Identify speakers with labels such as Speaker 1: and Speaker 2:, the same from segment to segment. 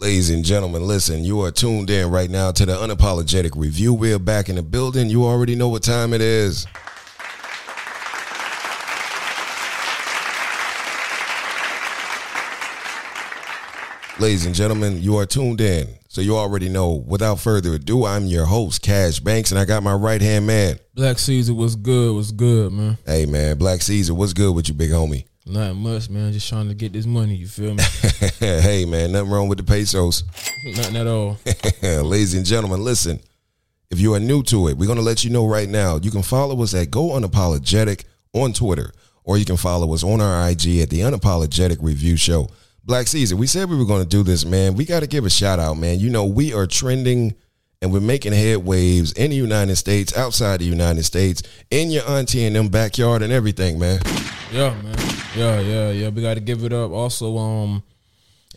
Speaker 1: Ladies and gentlemen, listen, you are tuned in right now to the Unapologetic Review. We're back in the building. You already know what time it is. Ladies and gentlemen, you are tuned in. So you already know. Without further ado, I'm your host, Cash Banks, and I got my right hand man.
Speaker 2: Black Caesar was good, was good, man.
Speaker 1: Hey man, Black Caesar, what's good with you, big homie?
Speaker 2: Not much, man. Just trying to get this money, you feel me?
Speaker 1: hey man, nothing wrong with the pesos.
Speaker 2: Nothing at all.
Speaker 1: Ladies and gentlemen, listen. If you are new to it, we're going to let you know right now. You can follow us at Go Unapologetic on Twitter, or you can follow us on our IG at The Unapologetic Review Show. Black Caesar, we said we were going to do this, man. We got to give a shout out, man. You know, we are trending and we're making head waves in the United States, outside the United States, in your auntie and them backyard and everything, man.
Speaker 2: Yeah, man. Yeah, yeah, yeah. We got to give it up. Also, um,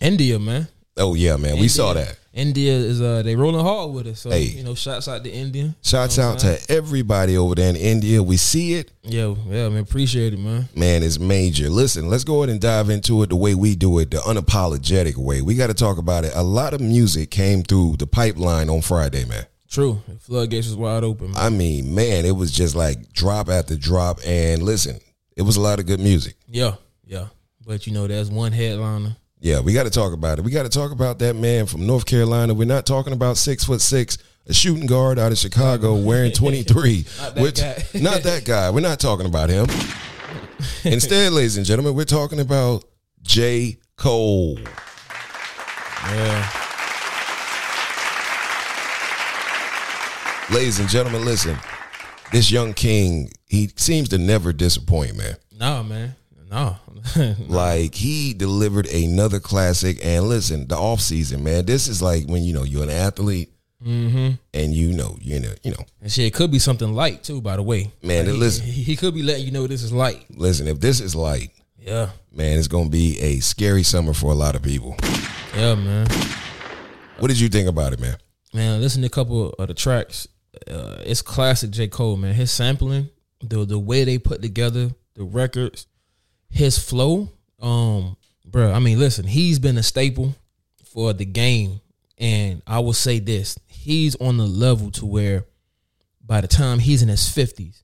Speaker 2: India, man.
Speaker 1: Oh, yeah, man. We
Speaker 2: India-
Speaker 1: saw that.
Speaker 2: India is uh they rolling hard with us. So
Speaker 1: Hey.
Speaker 2: you know, shots out to India.
Speaker 1: Shouts out to everybody over there in India. We see it.
Speaker 2: Yeah, yeah, man. Appreciate it, man.
Speaker 1: man, it's major. Listen, let's go ahead and dive into it the way we do it, the unapologetic way. We got to talk about it. A lot of music came through the pipeline on Friday, man.
Speaker 2: True. The floodgates was wide open. Man.
Speaker 1: I mean, man, it was just like drop after drop. And listen, it was a lot of good music.
Speaker 2: Yeah, yeah. But you know, that's one headliner.
Speaker 1: Yeah, we got to talk about it. We got to talk about that man from North Carolina. We're not talking about six foot six, a shooting guard out of Chicago wearing 23.
Speaker 2: Not that guy.
Speaker 1: not that guy. We're not talking about him. Instead, ladies and gentlemen, we're talking about J. Cole.
Speaker 2: Yeah.
Speaker 1: Ladies and gentlemen, listen. This young king, he seems to never disappoint, man.
Speaker 2: Nah, man. Nah.
Speaker 1: Like he delivered another classic and listen, the off season, man. This is like when you know you're an athlete
Speaker 2: mm-hmm.
Speaker 1: and you know, you know, you know.
Speaker 2: And shit, it could be something light too. By the way,
Speaker 1: Man,
Speaker 2: Like, he-
Speaker 1: listen.
Speaker 2: he, he could be letting you know this is light.
Speaker 1: Listen, if this is light,
Speaker 2: Yeah.
Speaker 1: man, it's going to be a scary summer for a lot of people.
Speaker 2: Yeah, man.
Speaker 1: What did you think about it, man?
Speaker 2: Man, listen to a couple of the tracks. Uh, it's classic J. Cole, man. His sampling, the the way they put together the records, his flow, um, bro. I mean, listen, he's been a staple for the game, and I will say this: he's on the level to where, by the time he's in his fifties,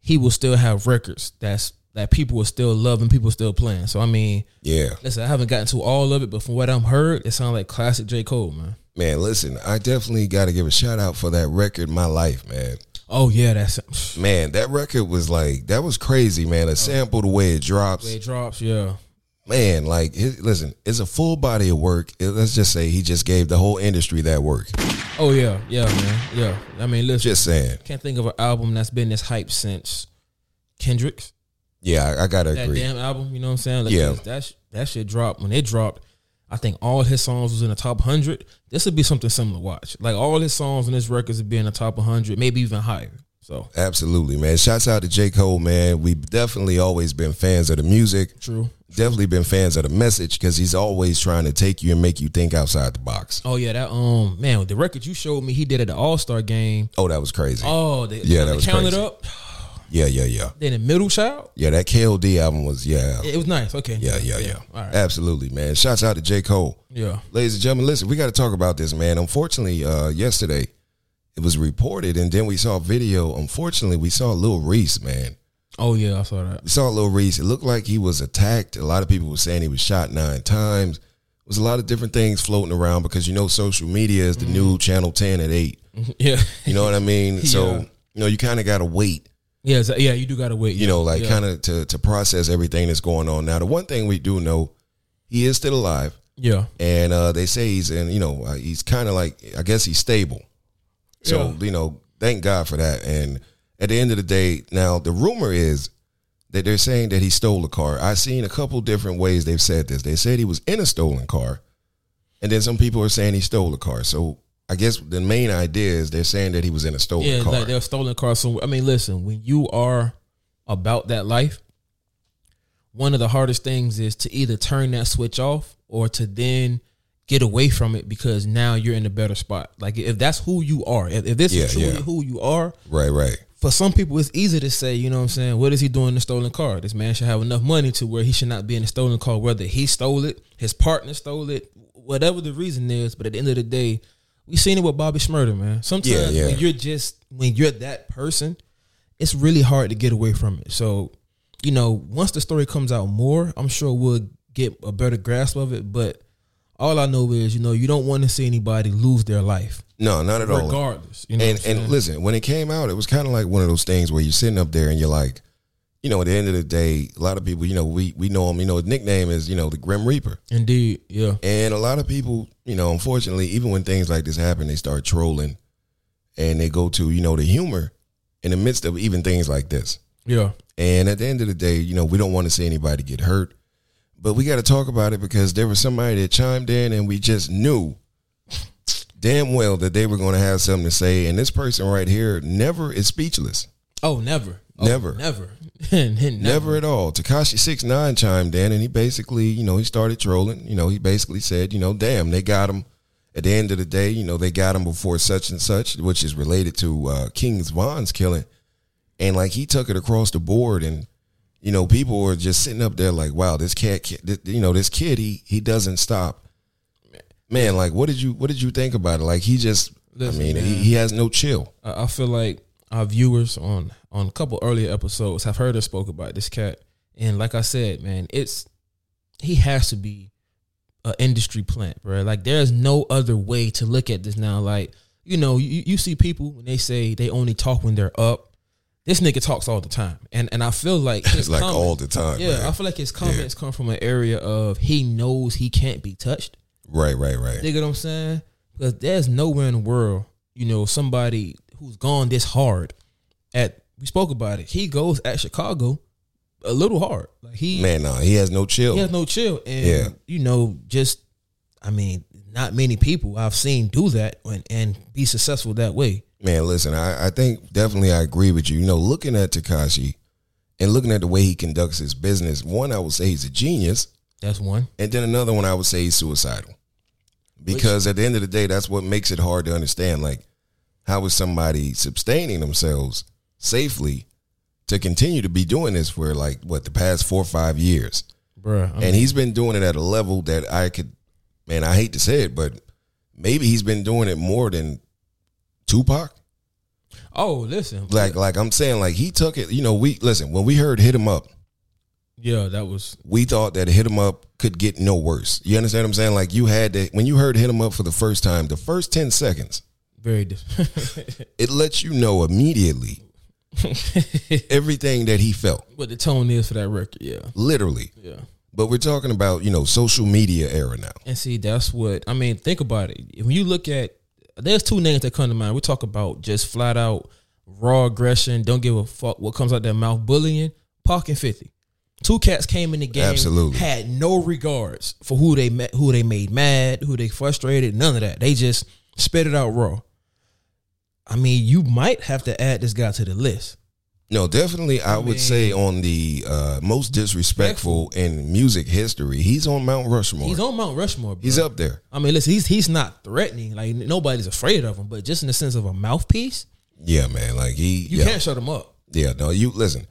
Speaker 2: he will still have records that's that people are still loving, people still playing. So I mean,
Speaker 1: Yeah.
Speaker 2: listen, I haven't gotten to all of it, but from what I'm heard, it sounds like classic J. Cole, man.
Speaker 1: Man, listen, I definitely got to give a shout out for that record My Life, man.
Speaker 2: Oh yeah, that's
Speaker 1: Man, that record was like that was crazy, man. A sample the way it drops.
Speaker 2: It drops, yeah.
Speaker 1: man, like, his, listen, it's a full body of work. It- let's just say he just gave the whole industry that work.
Speaker 2: Oh yeah, yeah, man, yeah. I mean, listen,
Speaker 1: Just saying.
Speaker 2: can't think of an album that's been this hype since Kendrick's
Speaker 1: Yeah, I, I gotta
Speaker 2: that
Speaker 1: agree.
Speaker 2: damn album. You know what I'm saying? Like,
Speaker 1: Yeah.
Speaker 2: that sh- that shit dropped when it dropped. I think all his songs was in the top hundred. This would be something similar. to Watch, like all his songs and his records would be in the top hundred, maybe even higher. So
Speaker 1: Absolutely, man. Shouts out to J. Cole, man. We've definitely always been fans of the music.
Speaker 2: true.
Speaker 1: Definitely been fans of the message because he's always trying to take you and make you think outside the box.
Speaker 2: Oh yeah, that um man, the record you showed me, he did at the All Star game.
Speaker 1: Oh, that was crazy.
Speaker 2: Oh, they,
Speaker 1: Yeah, that
Speaker 2: they
Speaker 1: was
Speaker 2: counted
Speaker 1: crazy.
Speaker 2: up.
Speaker 1: Yeah, yeah, yeah.
Speaker 2: Then the middle child,
Speaker 1: Yeah, that KLD album was, yeah.
Speaker 2: it was nice. Okay,
Speaker 1: Yeah, yeah, yeah.
Speaker 2: All right,
Speaker 1: Absolutely, man. Shouts out to J. Cole.
Speaker 2: yeah.
Speaker 1: Ladies and gentlemen, listen, we got to talk about this, man. Unfortunately, uh, yesterday it was reported, and then we saw a video. Unfortunately, we saw Lil Reese, man.
Speaker 2: Oh yeah, I saw that.
Speaker 1: We saw Lil Reese. It looked like he was attacked. A lot of people were saying he was shot nine times. It was a lot of different things floating around because you know social media is the
Speaker 2: Mm-hmm.
Speaker 1: new Channel Ten at eight.
Speaker 2: Yeah,
Speaker 1: You know what I mean? So
Speaker 2: Yeah.
Speaker 1: you know you kind of got to wait.
Speaker 2: yeah, it's- yeah. You do gotta wait.
Speaker 1: You know, like
Speaker 2: yeah.
Speaker 1: kind of to to process everything that's going on. Now, the one thing we do know, he is still alive.
Speaker 2: yeah,
Speaker 1: and uh, they say he's in you know uh, he's kind of like I guess he's stable. So you know, thank God for that. And at the end of the day, now the rumor is that they're saying that he stole a car. I've seen a couple different ways they've said this. They said he was in a stolen car, and then some people are saying he stole a car. So I guess the main idea is they're saying that he was in a stolen
Speaker 2: yeah.
Speaker 1: car.
Speaker 2: Like they're stolen cars. So I mean, listen, when you are about that life, one of the hardest things is to either turn that switch off or to then get away from it because now you're in a better spot. Like if that's who you are, if, if this
Speaker 1: Yeah,
Speaker 2: is truly
Speaker 1: yeah.
Speaker 2: who you are,
Speaker 1: right, right.
Speaker 2: for some people, it's easy to say, you know what I'm saying? What is he doing in a stolen car? This man should have enough money to where he should not be in a stolen car, whether he stole it, his partner stole it, whatever the reason is. But at the end of the day, we seen it with Bobby Schmurder, man. Sometimes
Speaker 1: Yeah, yeah.
Speaker 2: when you're just when you're that person, it's really hard to get away from it. So, you know, once the story comes out more, I'm sure we'll get a better grasp of it. But all I know is, you know, you don't want to see anybody lose their life,
Speaker 1: No, not at all.
Speaker 2: regardless. You know,
Speaker 1: and
Speaker 2: what I'm
Speaker 1: and
Speaker 2: saying?
Speaker 1: listen, when it came out, it was kind of like one of those things where you're sitting up there and you're like, you know, at the end of the day, a lot of people, you know, we we know him. You know, his nickname is you know the Grim Reaper,
Speaker 2: indeed, yeah,
Speaker 1: and a lot of people, you know, unfortunately, even when things like this happen, they start trolling, and they go to you know the humor in the midst of even things like this.
Speaker 2: yeah.
Speaker 1: And at the end of the day, you know, we don't want to see anybody get hurt, but we got to talk about it because there was somebody that chimed in and we just knew damn well that they were going to have something to say. And this person right here never is speechless.
Speaker 2: Oh, never. Oh,
Speaker 1: Never.
Speaker 2: Never. never.
Speaker 1: Never, at all. Takashi Six Nine chimed in and he basically, you know, he started trolling. You know, he basically said, you know, damn, they got him. At the end of the day, you know, they got him before such and such, which is related to uh, King's Vaughn's killing. And like he took it across the board, and you know, people were just sitting up there like, wow, this cat, ki- th- you know, this kid, he he doesn't stop. Man, like, what did you what did you think about it? Like, he just,
Speaker 2: Listen,
Speaker 1: I mean, he,
Speaker 2: man.
Speaker 1: he has no chill.
Speaker 2: I, I feel like our viewers on on a couple earlier episodes have heard us spoke about this cat, and like I said, man, it's he has to be an industry plant, bro. Like there's no other way to look at this now. Like you know, you, you see people when they say they only talk when they're up. This nigga talks all the time, and and I feel like his
Speaker 1: It's like
Speaker 2: comment-
Speaker 1: all the time.
Speaker 2: Yeah,
Speaker 1: man.
Speaker 2: I feel like his comments come from an area of he knows he can't be touched.
Speaker 1: right, right, right.
Speaker 2: Dig what I'm saying? Because there's nowhere in the world, you know, somebody who's gone this hard at we spoke about it. He goes at Chicago a little hard. Like he
Speaker 1: Man, no, he has no chill.
Speaker 2: he has no chill. And
Speaker 1: Yeah.
Speaker 2: you know, just I mean, not many people I've seen do that and, and be successful that way.
Speaker 1: Man, listen, I, I think definitely I agree with you. You know, looking at Takashi and looking at the way he conducts his business, one, I would say he's a genius.
Speaker 2: That's one.
Speaker 1: And then another one, I would say he's suicidal. Because at the end of the day, that's what makes it hard to understand. Like, how is somebody sustaining themselves safely to continue to be doing this for like, what, the past four or five years?
Speaker 2: Bruh. I mean,
Speaker 1: And he's been doing it at a level that I could, man, I hate to say it, but maybe he's been doing it more than Tupac.
Speaker 2: oh, listen.
Speaker 1: Like, like I'm saying, like he took it. You know, we listen when we heard "Hit Him Up,"
Speaker 2: Yeah, that was
Speaker 1: we thought that "Hit Him Up" could get no worse. You understand what I'm saying? Like you had to when you heard "Hit Him Up" for the first time, the first ten seconds,
Speaker 2: very different.
Speaker 1: it lets you know immediately everything that he felt,
Speaker 2: what the tone is for that record, yeah.
Speaker 1: literally.
Speaker 2: Yeah.
Speaker 1: But we're talking about you know social media era now.
Speaker 2: And see, that's what I mean. Think about it. When you look at, there's two names that come to mind. We talk about just flat out raw aggression. Don't give a fuck what comes out their mouth. Bullying. Pac and Fifty. Two cats came in the game.
Speaker 1: Absolutely.
Speaker 2: had no regards for who they met, who they made mad, who they frustrated. None of that. They just spit it out raw. I mean, you might have to add this guy to the list.
Speaker 1: No, definitely, I, would say on the uh, most disrespectful in music history, he's on Mount Rushmore.
Speaker 2: He's
Speaker 1: He's,
Speaker 2: on Mount Rushmore. Bro.
Speaker 1: up there.
Speaker 2: I mean, listen, he's he's not threatening. Like nobody's afraid of him, but just in the sense of a mouthpiece,
Speaker 1: Yeah, man. Like he,
Speaker 2: you
Speaker 1: yeah.
Speaker 2: can't shut him up.
Speaker 1: Yeah, no, you listen.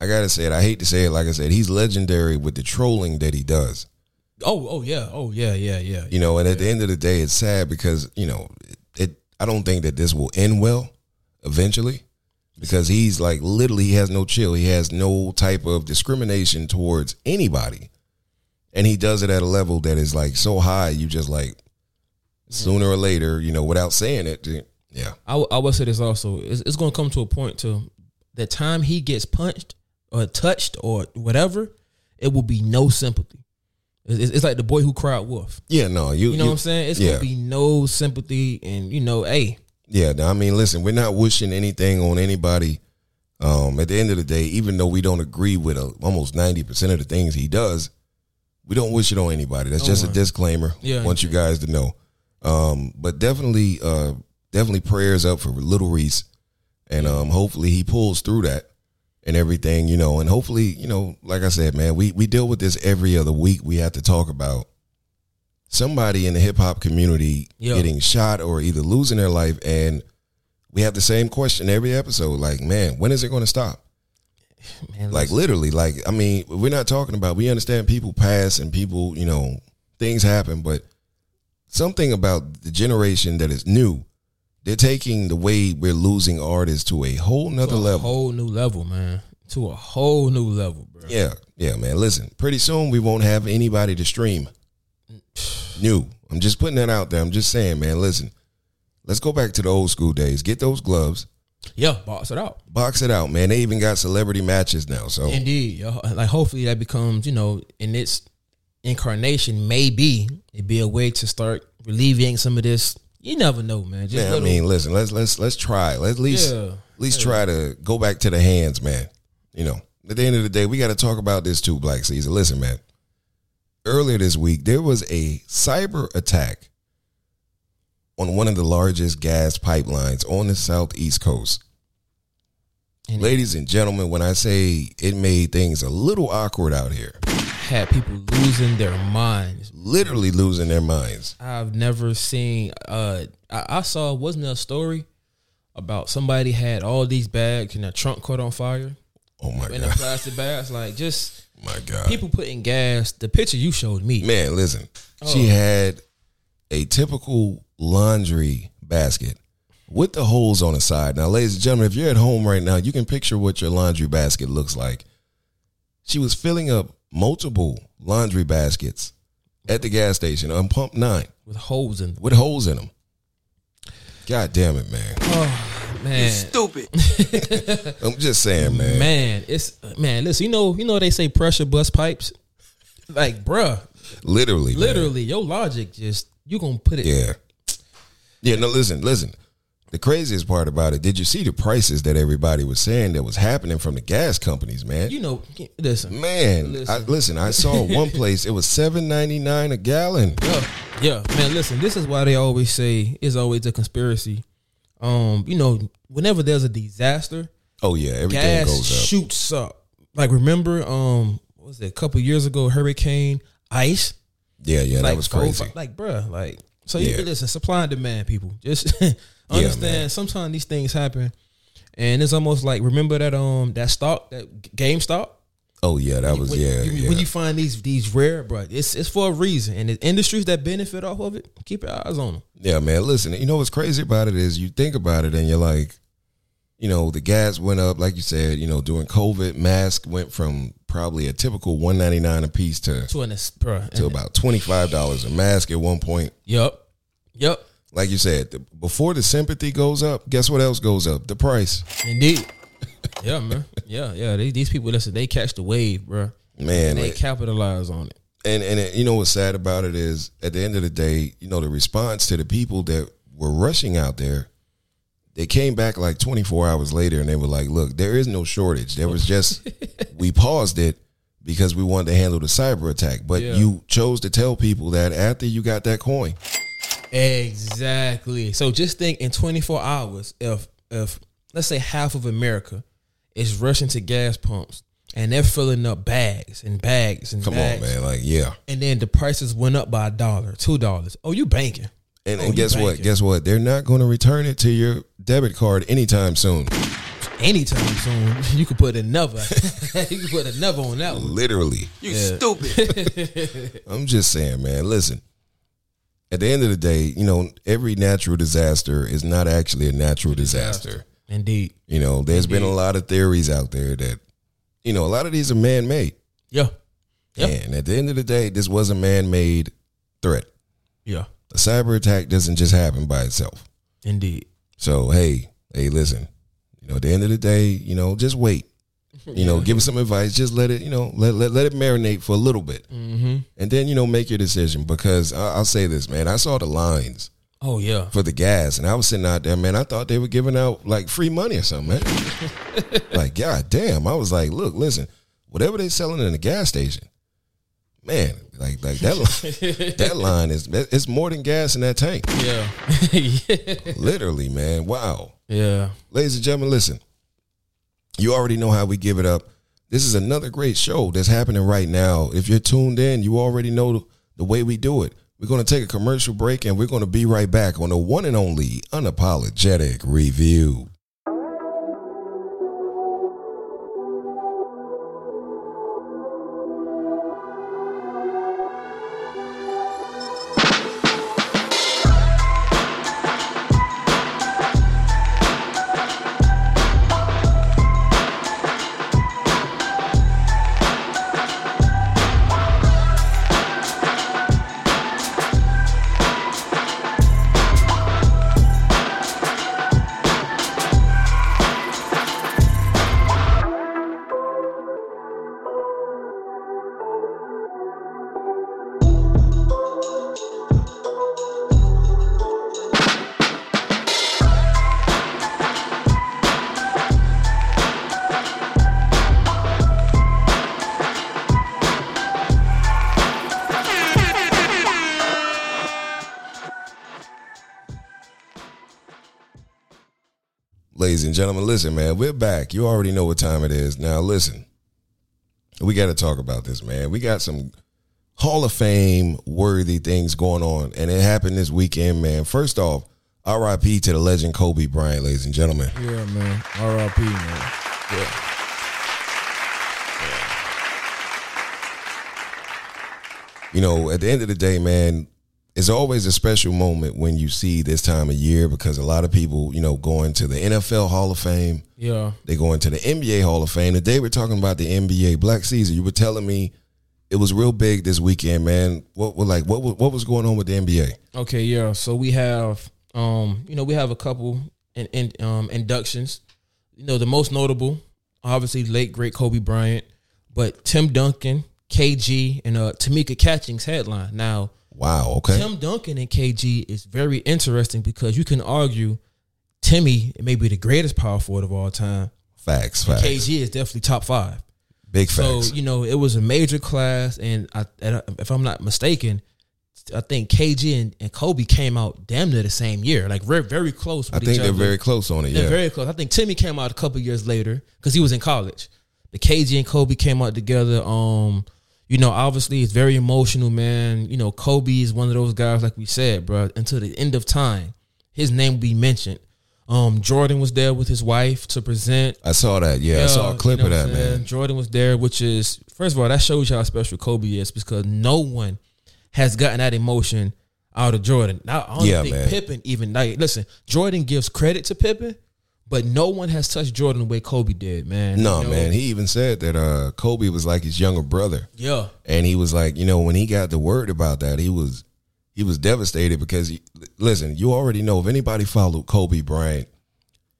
Speaker 1: I gotta say it. I hate to say it. Like I said, he's legendary with the trolling that he does.
Speaker 2: Oh, oh yeah, oh yeah, yeah, yeah.
Speaker 1: You know, and at the end of the day, it's sad because you know it. I don't think that this will end well eventually because he's like literally he has no chill. He has no type of discrimination towards anybody, and he does it at a level that is like so high. You just like sooner
Speaker 2: Mm.
Speaker 1: or later, you know, without saying it. Yeah,
Speaker 2: I, w- I will say this also. It's, it's going to come to a point to the time he gets punched or touched or whatever, it will be no sympathy. It's, it's- it's like the boy who cried wolf.
Speaker 1: yeah. No, you
Speaker 2: You know what I'm saying? It's
Speaker 1: yeah.
Speaker 2: going to be no sympathy, and you know, hey,
Speaker 1: Yeah, no, I mean, listen, we're not wishing anything on anybody. Um, at the end of the day, even though we don't agree with uh almost ninety percent of the things he does, we don't wish it on anybody. That's
Speaker 2: No
Speaker 1: just a
Speaker 2: one.
Speaker 1: disclaimer.
Speaker 2: Yeah.
Speaker 1: want you guys to know. Um, but definitely, uh, definitely prayers up for Little Reese, and um, hopefully he pulls through that and everything, you know. And hopefully, you know, like I said, man, we we deal with this every other week. We have to talk about somebody in the hip hop community
Speaker 2: Yeah.
Speaker 1: getting shot or either losing their life and we have the same question every episode. Like, man, when is it going to stop?
Speaker 2: Man,
Speaker 1: Like,
Speaker 2: listen,
Speaker 1: literally, like, I mean, we're not talking about, we understand people pass and people, you know, things happen, but something about the generation that is new, they're taking the way we're losing artists to a whole
Speaker 2: to
Speaker 1: nother
Speaker 2: a
Speaker 1: level.
Speaker 2: whole new level, man. To a whole new level, bro.
Speaker 1: yeah, yeah, man. Listen, pretty soon we won't have anybody to stream new. I'm just putting that out there. I'm just saying, man, listen, let's go back to the old school days. Get those gloves.
Speaker 2: Yeah, box it out.
Speaker 1: box it out, man. They even got celebrity matches now. So
Speaker 2: Indeed, yo. like hopefully that becomes you know in its incarnation, maybe it'd be a way to start relieving some of this. You never know, man. Just
Speaker 1: man, I
Speaker 2: little-
Speaker 1: mean, listen, let's let's let's try. Let's at least
Speaker 2: Yeah.
Speaker 1: at least try to go back to the hands, man. You know, at the end of the day, we got to talk about this too, Black Caesar. Listen, man. Earlier this week, there was a cyber attack on one of the largest gas pipelines on the southeast coast.
Speaker 2: And-
Speaker 1: Ladies and gentlemen, when I say it made things a little awkward out here,
Speaker 2: had people losing their minds.
Speaker 1: literally losing their minds.
Speaker 2: I've never seen. Uh, I, I saw wasn't there a story about somebody had all these bags and their trunk caught on fire
Speaker 1: Oh my
Speaker 2: in the
Speaker 1: god,
Speaker 2: plastic bags. Like just
Speaker 1: my god.
Speaker 2: people putting gas. The picture you showed me.
Speaker 1: Man, listen. She had a typical laundry basket with the holes on the side. Now, ladies and gentlemen, if you're at home right now, you can picture what your laundry basket looks like. She was filling up multiple laundry baskets at the gas station on pump nine
Speaker 2: with holes in.
Speaker 1: with holes in them. God damn it, man.
Speaker 2: Man,
Speaker 3: Stupid.
Speaker 1: I'm just saying, man.
Speaker 2: man, it's man. Listen, you know, you know they say pressure bust pipes. Like, bruh,
Speaker 1: Literally. man.
Speaker 2: literally, your logic just you gonna put it.
Speaker 1: Yeah. Yeah, no, listen, listen. The craziest part about it, did you see the prices that everybody was saying that was happening from the gas companies, man?
Speaker 2: You know, listen.
Speaker 1: man,
Speaker 2: Listen.
Speaker 1: I, listen, I saw one place, it was seven ninety nine a gallon.
Speaker 2: Yeah, yeah, man. Listen, this is why they always say it's always a conspiracy. Um, you know, whenever there's a disaster,
Speaker 1: Oh, yeah, everything
Speaker 2: gas
Speaker 1: goes up.
Speaker 2: shoots up. Like, remember, um, what was it a couple years ago? Hurricane Ice.
Speaker 1: yeah, yeah,
Speaker 2: like
Speaker 1: that was crazy.
Speaker 2: go- like, bruh, like so. You
Speaker 1: Yeah.
Speaker 2: listen, supply and demand, people. Just understand.
Speaker 1: man.
Speaker 2: sometimes these things happen, and it's almost like remember that um that stock that G- GameStop.
Speaker 1: oh, yeah, that was,
Speaker 2: When,
Speaker 1: yeah,
Speaker 2: you,
Speaker 1: yeah.
Speaker 2: when you find these these rare, bruh, it's it's for a reason, and the industries that benefit off of it, keep your eyes on them.
Speaker 1: Yeah, man. Listen, you know what's crazy about it is you think about it and you're like, you know, the gas went up, like you said, you know, during COVID, mask went from probably a typical one ninety nine a piece to
Speaker 2: To an ex- bruh.
Speaker 1: to about twenty five dollars a mask at one point.
Speaker 2: Yep, yep,
Speaker 1: Like you said, the, before the sympathy goes up, guess what else goes up? The price.
Speaker 2: indeed. yeah, man. Yeah, yeah. They, these people, listen, they catch the wave, bruh.
Speaker 1: Man,
Speaker 2: and they
Speaker 1: like-
Speaker 2: capitalize on it.
Speaker 1: and and it- you know what's sad about it is at the end of the day, you know, the response to the people that were rushing out there, they came back like 24 hours later and they were like, "Look, there is no shortage. There was just we paused it because we wanted to handle the cyber attack, but
Speaker 2: Yeah.
Speaker 1: you chose to tell people that after you got that coin.
Speaker 2: Exactly. So just think in 24 hours, if if let's say half of America is rushing to gas pumps and they're filling up bags and bags and
Speaker 1: Come
Speaker 2: bags,
Speaker 1: on, man. Like, yeah.
Speaker 2: and then the prices went up by a dollar, two dollars. Oh, you banking?
Speaker 1: And,
Speaker 2: Oh,
Speaker 1: and
Speaker 2: you
Speaker 1: guess what?
Speaker 2: banking.
Speaker 1: Guess what? They're not going to return it to your debit card anytime soon.
Speaker 2: Anytime soon, you could put another. you could put another on that one.
Speaker 1: Literally.
Speaker 3: You stupid.
Speaker 1: I'm just saying, man. Listen, at the end of the day, you know, every natural disaster is not actually a natural disaster.
Speaker 2: Indeed.
Speaker 1: You know, there's been a lot of theories out there that, you know, a lot of these are man made.
Speaker 2: Yeah. Yep.
Speaker 1: And at the end of the day, this was a man made threat.
Speaker 2: Yeah.
Speaker 1: A cyber attack doesn't just happen by itself.
Speaker 2: Indeed.
Speaker 1: So, hey, hey, listen, you know, at the end of the day, you know, just wait. You know, give us some advice. Just let it, you know, let, let, let it marinate for a little bit.
Speaker 2: Mm-hmm.
Speaker 1: And then, you know, make your decision because I, I'll say this, man. I saw the lines
Speaker 2: Oh yeah.
Speaker 1: for the gas, and I was sitting out there, man. I thought they were giving out like free money or something, man. like, god damn! I was like, look, listen, whatever they selling in the gas station, man, like like that line, that line is it's more than gas in that tank,
Speaker 2: Yeah.
Speaker 1: literally, man. Wow,
Speaker 2: yeah.
Speaker 1: ladies and gentlemen, listen, you already know how we give it up. This is another great show that's happening right now. If you're tuned in, you already know the way we do it. We're going to take a commercial break and we're going to be right back on the one and only unapologetic review. Ladies and gentlemen, listen, man, we're back. You already know what time it is. Now, listen, we got to talk about this, man. We got some Hall of Fame worthy things going on, and it happened this weekend, man. First off, RIP to the legend Kobe Bryant, ladies and gentlemen.
Speaker 2: Yeah, man. R.I.P. Man.
Speaker 1: you know, at the end of the day, man, it's always a special moment when you see this time of year because a lot of people, you know, going to the NFL Hall of Fame,
Speaker 2: Yeah.
Speaker 1: they going to the NBA Hall of Fame. Today we're talking about the NBA Black Caesar. You were telling me it was real big this weekend, man. What, what like what wa- what was going on with the NBA?
Speaker 2: Okay, yeah. So we have um, you know, we have a couple in, in um inductions. You know, the most notable, obviously late great Kobe Bryant, but Tim Duncan, KG, and uh Tamika Catchings headline. Now,
Speaker 1: Wow, okay.
Speaker 2: Tim Duncan and KG is very interesting because you can argue Timmy may be the greatest power forward of all time.
Speaker 1: Facts, facts.
Speaker 2: KG is definitely top five.
Speaker 1: big
Speaker 2: So
Speaker 1: facts.
Speaker 2: you know it was a major class, and I, and I- if I'm not mistaken, I think KG and, and Kobe came out damn near the same year, like very very close. With
Speaker 1: I think
Speaker 2: each
Speaker 1: they're
Speaker 2: other.
Speaker 1: very close on it,
Speaker 2: they're
Speaker 1: yeah.
Speaker 2: very close. I think Timmy came out a couple years later because he was in college. The KG and Kobe came out together. Um, you know, obviously it's very emotional, man. You know, Kobe is one of those guys, like we said, bro. Until the end of time, his name will be mentioned. Um, Jordan was there with his wife to present.
Speaker 1: I saw that, yeah. I saw a
Speaker 2: Yeah,
Speaker 1: clip
Speaker 2: you know
Speaker 1: of that,
Speaker 2: what I'm saying?
Speaker 1: man.
Speaker 2: Jordan was there, which is first of all that shows you how special Kobe is because no one has gotten that emotion out of Jordan. Now, I don't
Speaker 1: Yeah,
Speaker 2: think
Speaker 1: man.
Speaker 2: Pippen even like listen. Jordan gives credit to Pippen, but no one has touched Jordan the way Kobe did, man.
Speaker 1: No,
Speaker 2: You know?
Speaker 1: man. He even said that uh Kobe was like his younger brother.
Speaker 2: yeah,
Speaker 1: and he was like, you know, when he got the word about that, he was he was devastated because he, listen, you already know if anybody followed Kobe Bryant,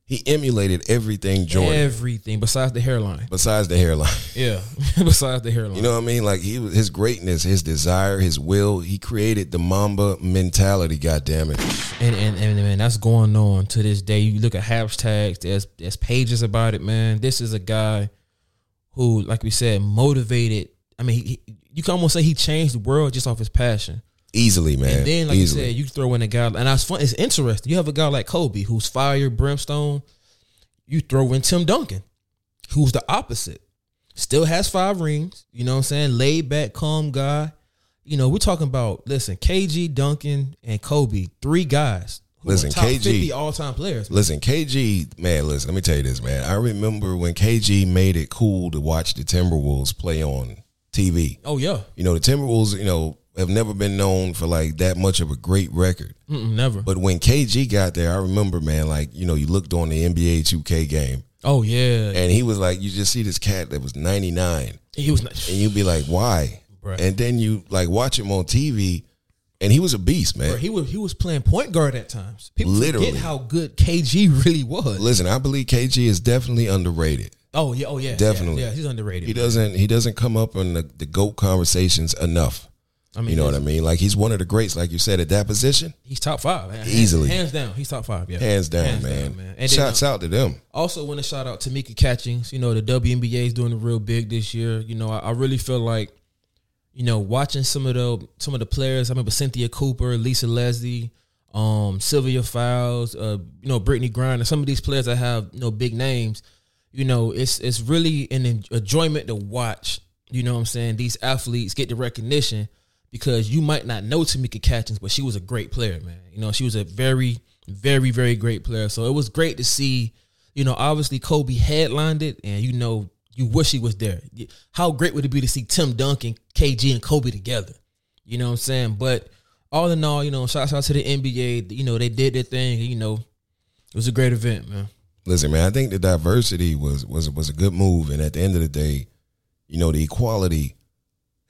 Speaker 1: he emulated everything Jordan
Speaker 2: everything besides the hairline.
Speaker 1: besides the hairline.
Speaker 2: Yeah, besides the hairline.
Speaker 1: You know what I mean? Like he was his greatness, his desire, his will, he created the Mamba mentality, God damn it.
Speaker 2: and, and and man, that's going on to this day. You look at hashtags, there's there's pages about it, man. This is a guy who, like we said, motivated. I mean, he, he- you can almost say he changed the world just off his passion.
Speaker 1: Easily, man.
Speaker 2: And then, like
Speaker 1: Easily.
Speaker 2: you said, you throw in a guy, and that's fun. It's interesting. You have a guy like Kobe who's fire, brimstone. You throw in Tim Duncan, who's the opposite. Still has five rings. You know what I'm saying? Laid back, calm guy. You know, we're talking about listen, KG, Duncan, and Kobe, three guys. who are
Speaker 1: Listen,
Speaker 2: top
Speaker 1: KG
Speaker 2: 50 all time players.
Speaker 1: Listen, KG, man, listen, let me tell you this, man. I remember when KG made it cool to watch the Timberwolves play on TV.
Speaker 2: Oh yeah,
Speaker 1: You know, the Timberwolves, you know, have never been known for like that much of a great record.
Speaker 2: Mm-mm, never.
Speaker 1: But when KG got there, I remember, man, like, you know, you looked on the NBA 2K game
Speaker 2: oh yeah,
Speaker 1: and he was like, you just see this cat that was 99
Speaker 2: he was not.
Speaker 1: and you'd be like, why?
Speaker 2: Bruh.
Speaker 1: And then you like watch him on TV and he was a beast, man.
Speaker 2: bro, He was he was playing point guard at times. People
Speaker 1: Literally.
Speaker 2: forget how good KG really was.
Speaker 1: Listen, I believe KG is definitely underrated.
Speaker 2: Oh yeah, oh yeah, yeah,
Speaker 1: Definitely.
Speaker 2: Yeah, he's underrated.
Speaker 1: He doesn't he doesn't come up in the, the GOAT conversations enough.
Speaker 2: I mean,
Speaker 1: You know
Speaker 2: he's-
Speaker 1: what I mean? Like he's one of the greats, like you said, at that position.
Speaker 2: He's top five man.
Speaker 1: Easily.
Speaker 2: hands, hands down. He's top five. Yeah,
Speaker 1: Hands down, man.
Speaker 2: And then,
Speaker 1: Shouts out to them.
Speaker 2: also want to shout out Tamika Catchings. You know the WNBA is doing real big this year. You know I, I really feel like, you know, watching some of the some of the players. I remember Cynthia Cooper, Lisa Leslie, um, Sylvia Fowles, uh, you know Brittany Griner. Some of these players that have you know big names. You know it's it's really an en- enjoyment to watch. You know what I'm saying? These athletes get the recognition because you might not know Tamika Catchings, but she was a great player, man. You know, she was a very, very, very great player. So it was great to see. You know, obviously Kobe headlined it, and you know, you wish he was there. How great would it be to see Tim Duncan, KG, and Kobe together? You know what I'm saying? But all in all, you know, shouts out to the NBA. You know, they did their thing. You know, it was a great event, man.
Speaker 1: Listen, man, I think the diversity was was was a good move, and at the end of the day, you know, the equality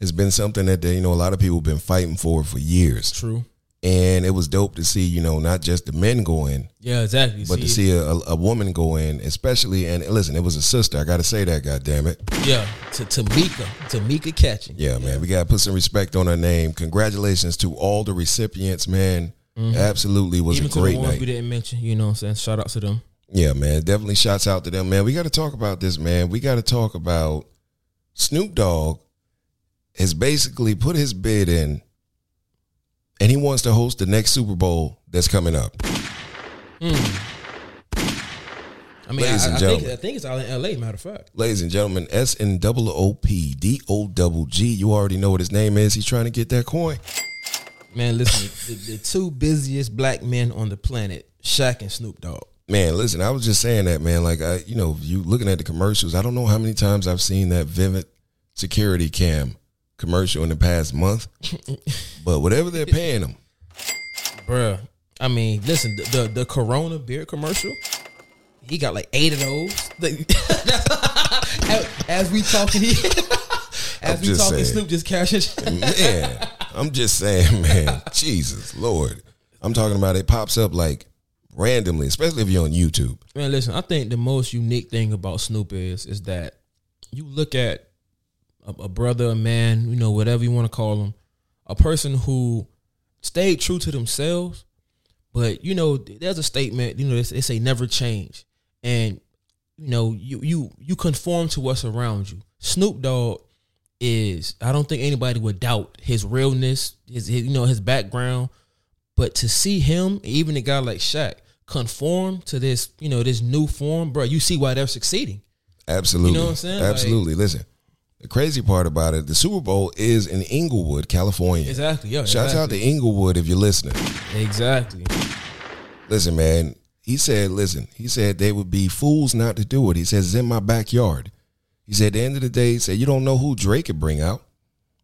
Speaker 1: has been something that they, you know a lot of people have been fighting for for years,
Speaker 2: True.
Speaker 1: and it was dope to see, you know, not just the men go in,
Speaker 2: Yeah, exactly.
Speaker 1: but to see a, a a woman go in, especially and listen, it was a sister. I got to say that, god damn it,
Speaker 2: yeah, to Tamika, Tamika catching.
Speaker 1: yeah, man, we got to put some respect on her name. Congratulations to all the recipients, man. Absolutely was
Speaker 2: Mm-hmm. Even
Speaker 1: a
Speaker 2: to
Speaker 1: great
Speaker 2: the ones
Speaker 1: night.
Speaker 2: we didn't mention, you know what I'm saying? Shout out to them.
Speaker 1: Yeah, man. Definitely shouts out to them, man. We got to talk about this, man. We got to talk about Snoop Dogg has basically put his bid in and he wants to host the next Super Bowl that's coming up.
Speaker 2: I mean, I,
Speaker 1: Ladies and
Speaker 2: I, think,
Speaker 1: gentlemen.
Speaker 2: I think it's out in LA, matter of fact.
Speaker 1: Ladies and gentlemen, S N double O P D O double G. You already know what his name is. He's trying to get that coin.
Speaker 2: Man, listen, the, the two busiest black men on the planet, Shaq and Snoop Dogg.
Speaker 1: Man, listen, I was just saying that, man. Like, I, you know, you looking at the commercials, I don't know how many times I've seen that Vivid security cam commercial in the past month, but whatever they're paying them.
Speaker 2: Bruh. I mean, listen, the, the, the Corona beer commercial, he got like eight of those. Like, as, as we talking, he, as
Speaker 1: I'm
Speaker 2: we
Speaker 1: just saying.
Speaker 2: talking, Snoop just cashing.
Speaker 1: man, I'm just saying, man. Jesus Lord, I'm talking about it pops up like randomly, especially if you're on YouTube.
Speaker 2: Man, listen, I think the most unique thing about Snoop is is that you look at a, a brother, a man, you know, whatever you want to call him, a person who stayed true to themselves, but you know, there's a statement, you know, they, say- they say never change, and you know, you you you conform to what's around you. Snoop Dogg is, I don't think anybody would doubt his realness, his, his you know, his background, but to see him, even a guy like Shaq, conform to this, you know, this new form, bro, you see why they're succeeding.
Speaker 1: Absolutely,
Speaker 2: what I'm saying? Like-
Speaker 1: Absolutely. Listen, the crazy part about it, the Super Bowl is in Inglewood, California.
Speaker 2: Exactly. Yeah.
Speaker 1: Shouts out to Inglewood if you're listening.
Speaker 2: Exactly.
Speaker 1: Listen, man. He said, listen, he said they would be fools not to do it. He says, it's in my backyard. He said, at the end of the day, he said, you don't know who Drake could bring out.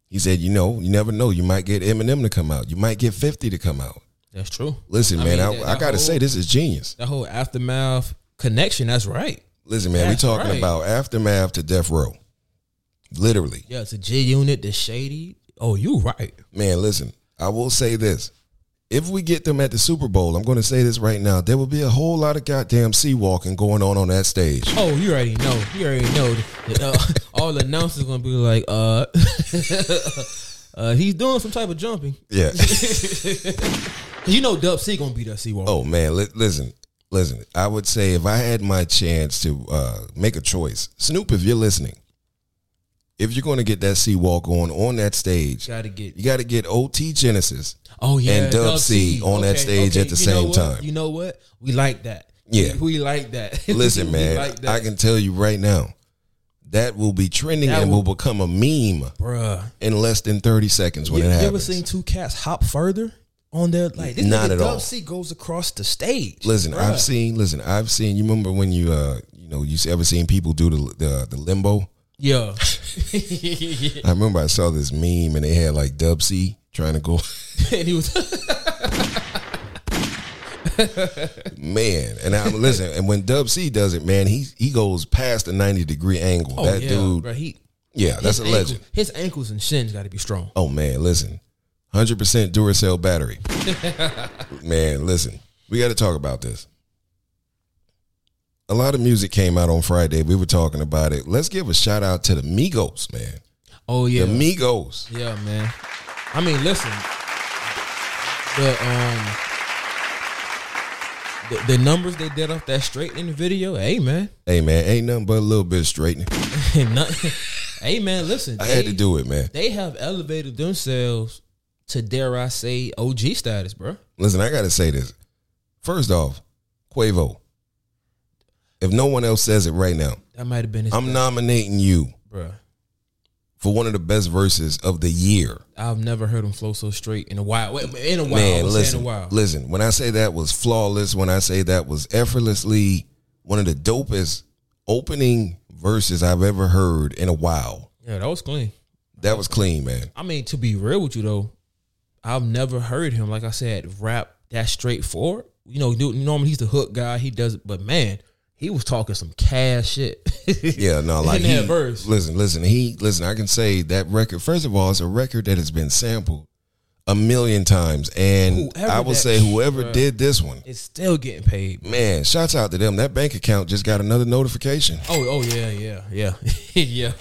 Speaker 1: He said, you know, you never know. You might get Eminem to come out. You might get 50 to come out.
Speaker 2: That's true.
Speaker 1: Listen,
Speaker 2: I
Speaker 1: man,
Speaker 2: mean,
Speaker 1: I,
Speaker 2: that-
Speaker 1: I
Speaker 2: that
Speaker 1: gotta
Speaker 2: whole-
Speaker 1: say this is genius.
Speaker 2: That whole aftermath connection. That's right.
Speaker 1: Listen, man, we
Speaker 2: That's
Speaker 1: talking
Speaker 2: right.
Speaker 1: about aftermath to death row. Literally,
Speaker 2: Yeah, it's a G unit. The shady. Oh, you right.
Speaker 1: man. Listen, I will say this: if we get them at the Super Bowl, I'm going to say this right now. There will be a whole lot of goddamn sea walking going on on that stage.
Speaker 2: Oh, you already know. You already know. Uh, all the announcers gonna be like, uh, uh, he's doing some type of jumping.
Speaker 1: Yeah.
Speaker 2: You know, Dub C gonna be that C walk.
Speaker 1: oh man, li- listen, listen. I would say if I had my chance to uh, make a choice, Snoop, if you're listening, if you're going to get that sea walk on on that stage,
Speaker 2: Gotta get.
Speaker 1: you got to get OT Genesis.
Speaker 2: Oh yeah,
Speaker 1: and Dub C on that stage at the
Speaker 2: you know
Speaker 1: same
Speaker 2: what?
Speaker 1: time.
Speaker 2: You know what? We like that.
Speaker 1: Yeah.
Speaker 2: we, we like that.
Speaker 1: Listen,
Speaker 2: We
Speaker 1: man,
Speaker 2: like that.
Speaker 1: I can tell you right now, that will be trending
Speaker 2: That
Speaker 1: and will, become a meme
Speaker 2: bruh.
Speaker 1: in less than thirty seconds when
Speaker 2: you,
Speaker 1: it
Speaker 2: you
Speaker 1: happens.
Speaker 2: ever seen two cats hop further on their like? This
Speaker 1: Not
Speaker 2: nigga
Speaker 1: at all.
Speaker 2: Dub C goes across the stage.
Speaker 1: listen,
Speaker 2: Bruh.
Speaker 1: I've seen. Listen, I've seen. You remember when you, uh, you know, you ever seen people do the the, the limbo?
Speaker 2: Yeah,
Speaker 1: I remember I saw this meme and they had like Dub C trying to go,
Speaker 2: and he was
Speaker 1: man. And I'm listen, and when Dub C does it, man, he he goes past the ninety degree angle. that
Speaker 2: Oh, yeah,
Speaker 1: dude,
Speaker 2: bruh, he
Speaker 1: yeah, that's
Speaker 2: his
Speaker 1: a
Speaker 2: ankle-
Speaker 1: legend.
Speaker 2: his ankles and shins got to be strong.
Speaker 1: Oh man, listen. 100% Duracell battery. man, listen. We got to talk about this. A lot of music came out on Friday. We were talking about it. Let's give a shout out to the Migos, man.
Speaker 2: Oh yeah,
Speaker 1: The Migos.
Speaker 2: yeah, man. I mean, listen, the um. The, the numbers they did off that straight in the video, hey man,
Speaker 1: Hey man, ain't nothing but a little bit of straightening.
Speaker 2: Nothing- hey man, listen,
Speaker 1: I had
Speaker 2: they-
Speaker 1: to do it, man.
Speaker 2: they have elevated themselves to dare I say OG status, bro.
Speaker 1: Listen, I got to say this. First off, Quavo. If no one else says it right now,
Speaker 2: That might have been his,
Speaker 1: I'm nominating you
Speaker 2: bro.
Speaker 1: for one of the best verses of the year.
Speaker 2: I've never heard him flow so straight in a while. In a while, I
Speaker 1: Man,
Speaker 2: would say
Speaker 1: listen,
Speaker 2: in a while.
Speaker 1: listen. When I say that was flawless, when I say that was effortlessly one of the dopest opening verses I've ever heard in a while.
Speaker 2: Yeah, that was clean.
Speaker 1: That was clean, man.
Speaker 2: I mean, to be real with you though, I've never heard him. Like I said, rap that straightforward. You know, dude, normally he's the hook guy. He does it, but man, he was talking some cash shit.
Speaker 1: Yeah, no, like
Speaker 2: in that
Speaker 1: he-
Speaker 2: verse.
Speaker 1: Listen, listen, he listen. I can say that record. First of all, it's a record that has been sampled a million times, and
Speaker 2: Whoever
Speaker 1: I will
Speaker 2: that-
Speaker 1: say whoever
Speaker 2: bruh.
Speaker 1: did this one,
Speaker 2: It's still getting paid.
Speaker 1: man, shouts out to them. That bank account just got another notification.
Speaker 2: Oh, oh yeah, yeah, yeah, yeah.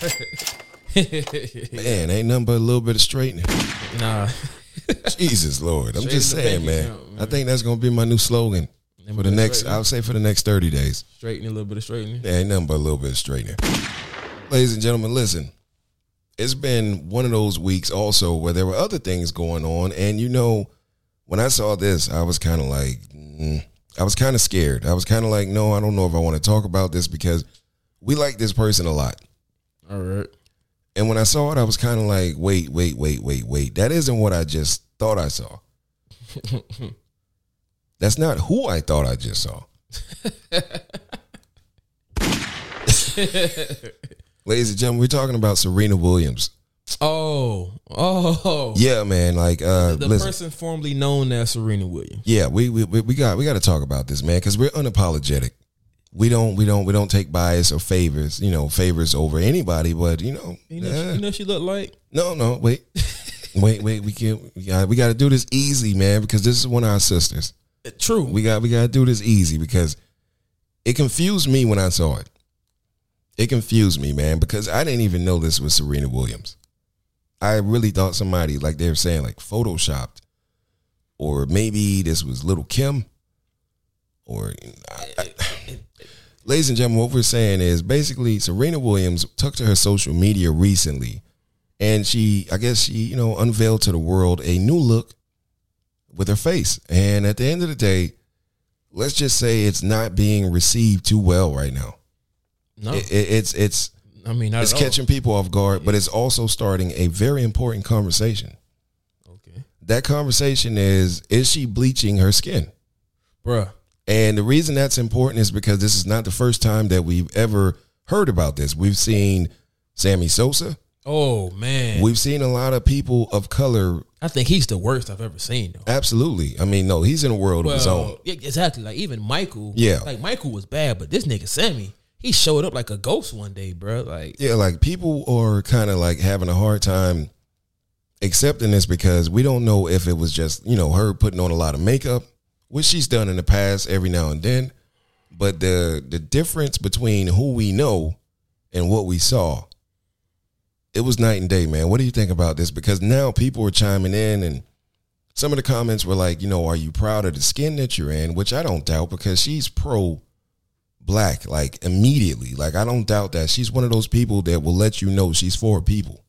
Speaker 1: Man, ain't nothing but a little bit of straightening.
Speaker 2: nah,
Speaker 1: Jesus Lord, I'm just
Speaker 2: Straighten the
Speaker 1: saying,
Speaker 2: bank
Speaker 1: man.
Speaker 2: account,
Speaker 1: I think that's gonna be my new slogan for the next. I'll say for the next thirty days.
Speaker 2: straightening a little bit of straightening.
Speaker 1: There ain't nothing but a little bit of straightening. Ladies and gentlemen, listen. It's been one of those weeks also where there were other things going on, and you know, when I saw this, I was kind of like, mm, I was kind of scared. I was kind of like, no, I don't know if I want to talk about this because we like this person a lot.
Speaker 2: All right.
Speaker 1: And when I saw it, I was kind of like, wait, wait, wait, wait, wait. That isn't what I just thought I saw. That's not who I thought I just saw. Ladies and gentlemen, we're talking about Serena Williams.
Speaker 2: Oh, oh.
Speaker 1: Yeah, man. Like, uh,
Speaker 2: The
Speaker 1: listen.
Speaker 2: person formerly known as Serena Williams.
Speaker 1: yeah, we, we we we got we got to talk about this, man, because we're unapologetic. We don't we don't we don't take bias or favors, you know, favors over anybody. But you know,
Speaker 2: You know,
Speaker 1: eh.
Speaker 2: she, you know she looked like.
Speaker 1: No, no, wait, wait, wait. We can not we got to do this easy, man, because this is one of our sisters.
Speaker 2: True.
Speaker 1: We got we got to do this easy because it confused me when I saw it. It confused me, man, because I didn't even know this was Serena Williams. I really thought somebody like they were saying like photoshopped, or maybe this was Little Kim, or. I, I- Ladies and gentlemen, what we're saying is basically Serena Williams took to her social media recently and she i guess she you know unveiled to the world a new look with her face and at the end of the day let's just say it's not being received too well right now
Speaker 2: no,
Speaker 1: it, it- it's it's
Speaker 2: I mean, not
Speaker 1: it's
Speaker 2: at all.
Speaker 1: catching people off guard but it's also starting a very important conversation
Speaker 2: Okay,
Speaker 1: that conversation is is she bleaching her skin
Speaker 2: bruh.
Speaker 1: and the reason that's important is because this is not the first time that we've ever heard about this we've seen sammy sosa
Speaker 2: Oh man,
Speaker 1: we've seen a lot of people of color
Speaker 2: I think he's the worst I've ever seen. Though.
Speaker 1: Absolutely. I mean, no, he's in a world of his own.
Speaker 2: yeah, exactly. Like even Michael.
Speaker 1: Yeah.
Speaker 2: Like Michael was bad, but this nigga Sammy, he showed up like a ghost one day, bro. Like
Speaker 1: Yeah, like people are kind of like having a hard time accepting this because we don't know if it was just, you know, her putting on a lot of makeup, which she's done in the past every now and then. But the the difference between who we know and what we saw, it was night and day, man. What do you think about this? Because now people are chiming in and some of the comments were like, you know, are you proud of the skin that you're in? Which I don't doubt because she's pro black, like immediately. Like I don't doubt that. She's one of those people that will let you know she's for people.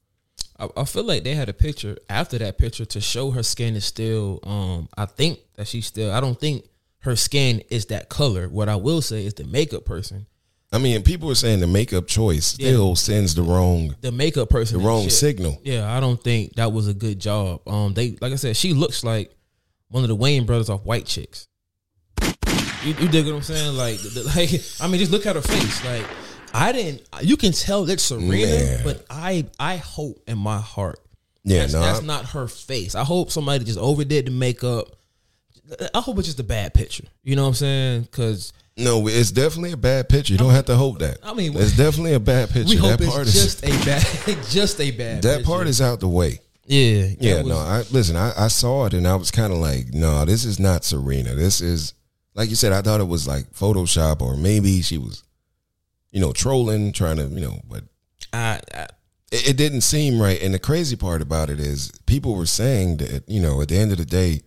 Speaker 2: I, I feel like they had a picture after that picture to show her skin is still. Um, I think that she's still. I don't think her skin is that color. What I will say is the makeup person.
Speaker 1: I mean, people are saying the makeup choice still sends the wrong
Speaker 2: The makeup person.
Speaker 1: the
Speaker 2: is
Speaker 1: wrong
Speaker 2: shit.
Speaker 1: signal.
Speaker 2: Yeah, I don't think that was a good job. Um, they like I said, she looks like one of the Wayne brothers off White Chicks. You, you dig what I'm saying? Like, the, like I mean, just look at her face. Like, I didn't. You can tell that's Serena,
Speaker 1: Man.
Speaker 2: but I I hope in my heart
Speaker 1: Yeah,
Speaker 2: that's,
Speaker 1: no,
Speaker 2: that's
Speaker 1: I-
Speaker 2: not her face. I hope somebody just overdid the makeup. I hope it's just a bad picture. You know what I'm saying? Because
Speaker 1: no, it's definitely a bad picture. You don't have to hope that.
Speaker 2: I mean-
Speaker 1: it's definitely a bad picture.
Speaker 2: we hope
Speaker 1: that part
Speaker 2: it's
Speaker 1: is
Speaker 2: just a bad, just a bad.
Speaker 1: that
Speaker 2: picture.
Speaker 1: part is out the way.
Speaker 2: yeah, that
Speaker 1: Yeah,
Speaker 2: was-
Speaker 1: no, I listen, I, I saw it and I was kind of like, no, this is not Serena. This is like you said, I thought it was like Photoshop or maybe she was, you know, trolling, trying to, you know, but
Speaker 2: I, I
Speaker 1: it, it didn't seem right. And the crazy part about it is people were saying that, you know, at the end of the day,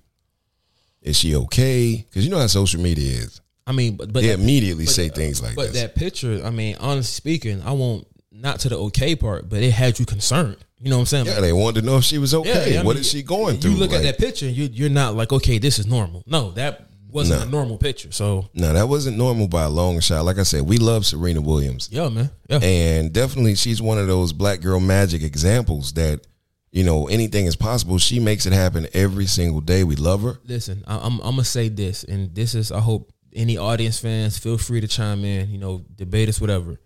Speaker 1: is she okay? Because you know how social media is.
Speaker 2: I mean, but, but
Speaker 1: They immediately say things like
Speaker 2: But
Speaker 1: this.
Speaker 2: that picture, I mean, honestly speaking, I won't not to the okay part, but it had you concerned. You know what I'm saying?
Speaker 1: yeah, they wanted to know if she was okay. What
Speaker 2: yeah,
Speaker 1: is
Speaker 2: I mean,
Speaker 1: she going
Speaker 2: you
Speaker 1: through?
Speaker 2: look at
Speaker 1: Like,
Speaker 2: that picture, and you you're not like, okay, this is normal. No, that wasn't
Speaker 1: Nah.
Speaker 2: a normal picture. So
Speaker 1: No, that wasn't normal by a long shot. Like I said, we love Serena Williams.
Speaker 2: yeah, man. Yeah.
Speaker 1: And definitely she's one of those black girl magic examples that, you know, anything is possible. She makes it happen every single day. We love her.
Speaker 2: Listen, I, I'm I'm gonna say this, and this is I hope any audience fans feel free to chime in. You know, debate us, whatever.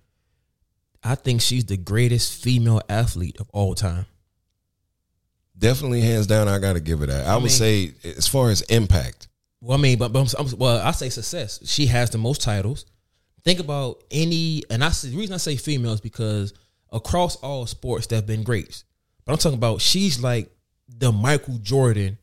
Speaker 2: I think she's the greatest female athlete of all time.
Speaker 1: Definitely hands down, I gotta give her that. I, would
Speaker 2: mean-
Speaker 1: say as far as impact,
Speaker 2: Well, I mean, but, but I'm, I'm- well, I say success. She has the most titles. Think about any, and I see the reason I say females because across all sports there have been greats, but I'm talking about she's like the Michael Jordan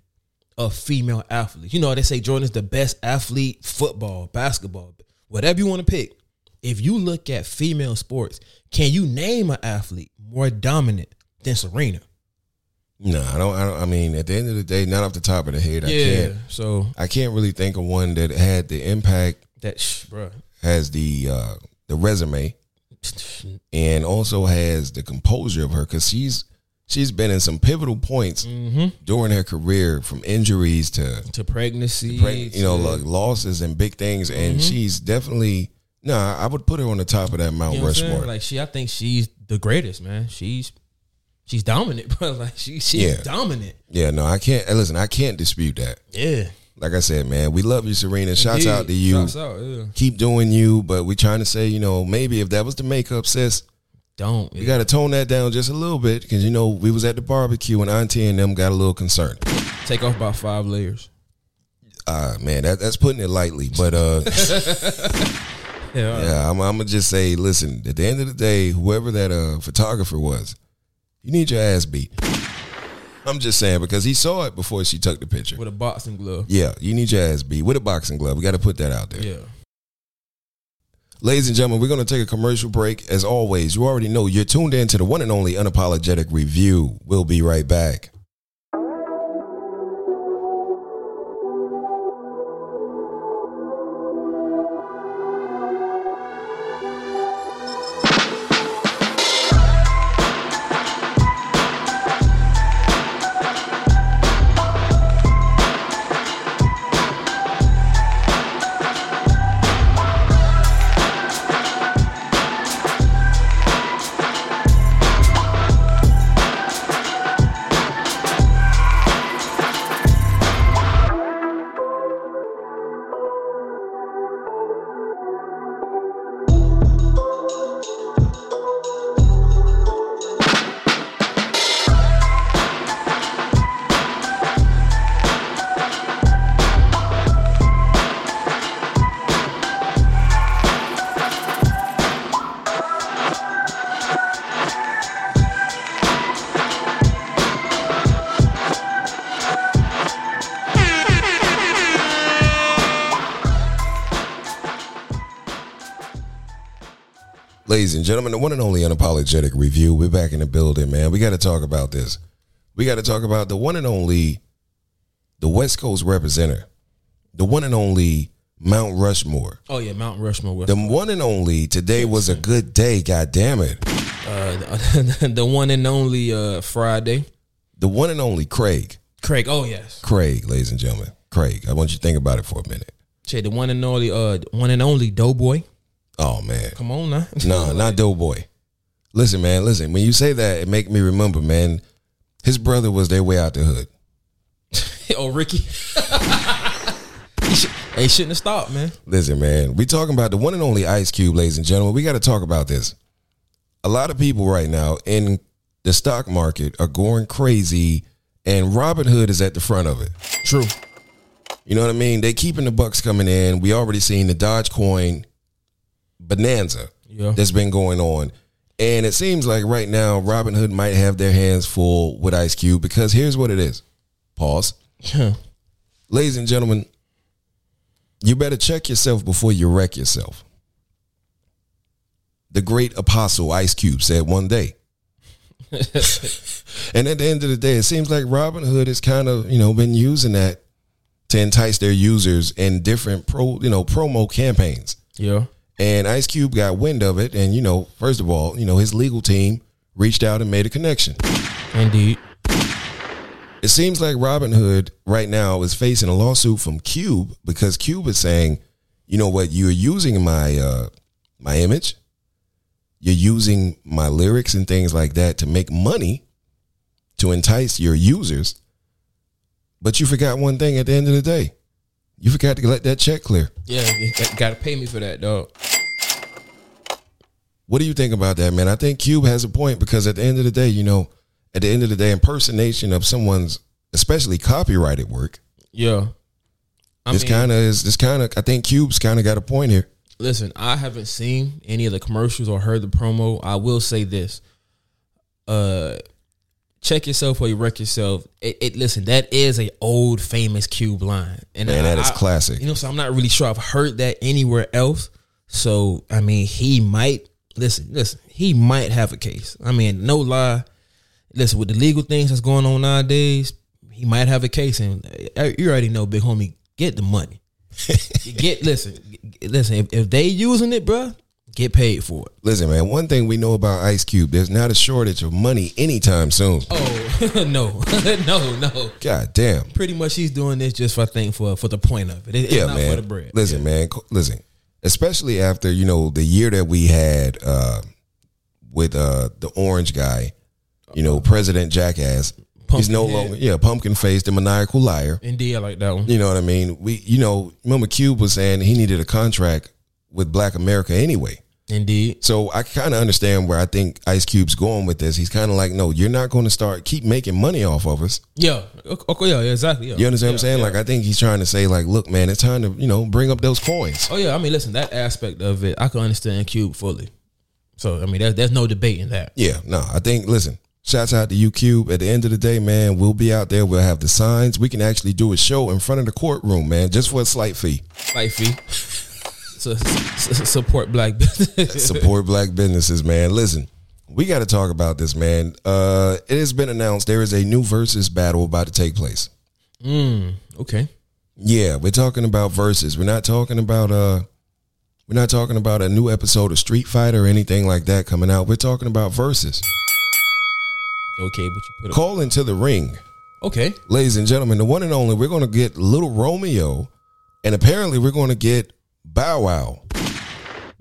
Speaker 2: of female athletes. You know, they say Jordan's the best athlete, football, basketball, whatever you want to pick. If you look at female sports, can you name an athlete more dominant than Serena?
Speaker 1: no, I don't I don't I mean, at the end of the day, not off the top of the head, I can't
Speaker 2: So
Speaker 1: I can't really think of one that had the impact,
Speaker 2: that, shh, bruh.
Speaker 1: has the uh the resume, and also has the composure of her because she's she's been in some pivotal points
Speaker 2: Mm. Mm-hmm.
Speaker 1: during her career from injuries to
Speaker 2: To pregnancy,
Speaker 1: preg- you know
Speaker 2: to-
Speaker 1: like losses and big things and
Speaker 2: Mm-hmm.
Speaker 1: she's definitely no nah, i would put her on the top of that mount
Speaker 2: You know what I'm
Speaker 1: rushmore
Speaker 2: saying? Like she, I think she's the greatest, man. She's she's dominant, but like she, she's
Speaker 1: Yeah.
Speaker 2: dominant.
Speaker 1: yeah no i can't and listen i can't dispute that
Speaker 2: Yeah.
Speaker 1: like i said man we love you serena shouts out to you
Speaker 2: Shouts out, yeah.
Speaker 1: keep doing you but we trying to say you know maybe if that was the makeup sis
Speaker 2: Don't.
Speaker 1: you got to tone that down just a little bit because you know we was at the barbecue and auntie and them got a little concerned
Speaker 2: Take off about five layers.
Speaker 1: uh man that, that's putting it lightly but uh
Speaker 2: Yeah.
Speaker 1: Yeah, I'm, I'm gonna just say, listen. At the end of the day, whoever that uh, photographer was, you need your ass beat. I'm just saying because he saw it before she took the picture.
Speaker 2: With a boxing glove.
Speaker 1: Yeah, you need your ass beat with a boxing glove. We got to put that out there,
Speaker 2: Yeah.
Speaker 1: ladies and gentlemen. We're gonna take a commercial break. As always, you already know you're tuned in to the one and only unapologetic review. We'll be right back. Ladies and gentlemen, the one and only unapologetic review. We're back in the building, man. We got to talk about this. We got to talk about the one and only, the West Coast representative, the one and only Mount Rushmore,
Speaker 2: Oh yeah, Mount Rushmore. West.
Speaker 1: the one and only. Today was a good day. God damn it,
Speaker 2: uh, the one and only uh, Friday.
Speaker 1: the one and only Craig.
Speaker 2: Craig. Oh yes.
Speaker 1: Craig, ladies and gentlemen, Craig. I want you to think about it for a minute.
Speaker 2: Shit, the one and only. Uh, the one and only Doughboy.
Speaker 1: Oh man,
Speaker 2: Come on now.
Speaker 1: no, not Doughboy. Listen, man. Listen. When you say that, it make me remember, man. His brother was their way out the hood.
Speaker 2: oh Ricky. He sh- Hey, shouldn't have stopped, man.
Speaker 1: Listen, man, we talking about the one and only Ice Cube, ladies and gentlemen. We got to talk about this. A lot of people right now in the stock market are going crazy, and Robinhood is at the front of it.
Speaker 2: True.
Speaker 1: You know what I mean? They keeping the bucks coming in. We already seen the Dogecoin bonanza
Speaker 2: Yeah.
Speaker 1: that's been going on. And it seems like right now Robinhood might have their hands full with Ice Cube because here's what it is. Pause. Ladies and gentlemen, you better check yourself before you wreck yourself. The great apostle Ice Cube said one day. and at the end of the day, it seems like Robinhood has kind of, you know, been using that to entice their users in different pro, you know, promo campaigns.
Speaker 2: Yeah.
Speaker 1: And Ice Cube got wind of it. And, you know, first of all, you know, his legal team reached out and made a connection.
Speaker 2: Indeed.
Speaker 1: It seems like Robin Hood right now is facing a lawsuit from Cube because Cube is saying, you know what, you're using my uh, my image, you're using my lyrics and things like that to make money to entice your users, but you forgot one thing at the end of the day. You forgot to let that check clear.
Speaker 2: Yeah, you got- gotta pay me for that, dog.
Speaker 1: What do you think about that, man? I think Cube has a point because at the end of the day, you know, at the end of the day, impersonation of someone's, especially copyrighted work,
Speaker 2: Yeah. I
Speaker 1: this kind of is this kind of. I think Cube's kind of got a point here.
Speaker 2: listen, I haven't seen any of the commercials or heard the promo. I will say this. Uh check yourself or you wreck yourself. It, it listen, that is a old famous cube line. And
Speaker 1: Man, that is
Speaker 2: I-
Speaker 1: classic.
Speaker 2: You know, so I'm not really sure I've heard that anywhere else. So I mean he might listen, listen, he might have a case. I mean, no lie. Listen, with the legal things that's going on nowadays, he might have a case and uh, you already know big homie, get the money get listen, g- listen. If, if they using it, bruh, get paid for it.
Speaker 1: Listen, man. One thing we know about Ice Cube, there's not a shortage of money anytime soon.
Speaker 2: Oh no, no, no.
Speaker 1: God damn.
Speaker 2: Pretty much, he's doing this just for I think for for the point of it. It- it's
Speaker 1: yeah,
Speaker 2: not
Speaker 1: man.
Speaker 2: for the bread.
Speaker 1: Listen, man. co- Listen, especially after you know the year that we had uh, with uh, the orange guy, you know, President Jackass. he's no
Speaker 2: Pumpkinhead.
Speaker 1: longer, yeah, pumpkin faced, the maniacal liar.
Speaker 2: Indeed, I like that one.
Speaker 1: You know what I mean? We, you know, remember Cube was saying he needed a contract with Black America anyway.
Speaker 2: Indeed,
Speaker 1: So I kind of understand where I think Ice Cube's going with this. He's kind of like, no, you're not going to start keep making money off of us.
Speaker 2: yeah, okay, okay, yeah, yeah, exactly. Yeah.
Speaker 1: You understand what I'm saying? Like, I think he's trying to say, like, look, man, it's time to you know bring up those coins.
Speaker 2: Oh yeah, I mean, listen, that aspect of it, I can understand Cube fully. So I mean, there's there's no debate in that.
Speaker 1: Yeah, no, I think listen, shouts out to you Cube. At the end of the day, man, we'll be out there, we'll have the signs. We can actually do a show in front of the courtroom, man, just for a slight fee.
Speaker 2: Lifey, so, so- support black business.
Speaker 1: Support black businesses, man. Listen, we gotta talk about this, man. Uh it has been announced there is a new versus battle about to take place.
Speaker 2: okay,
Speaker 1: Yeah, we're talking about verses. We're not talking about uh we're not talking about a new episode of Street Fighter or anything like that coming out. We're talking about verses.
Speaker 2: okay, but you put it.
Speaker 1: Call into the ring.
Speaker 2: Okay,
Speaker 1: ladies and gentlemen, the one and only, we're going to get Little Romeo, and apparently we're going to get Bow Wow.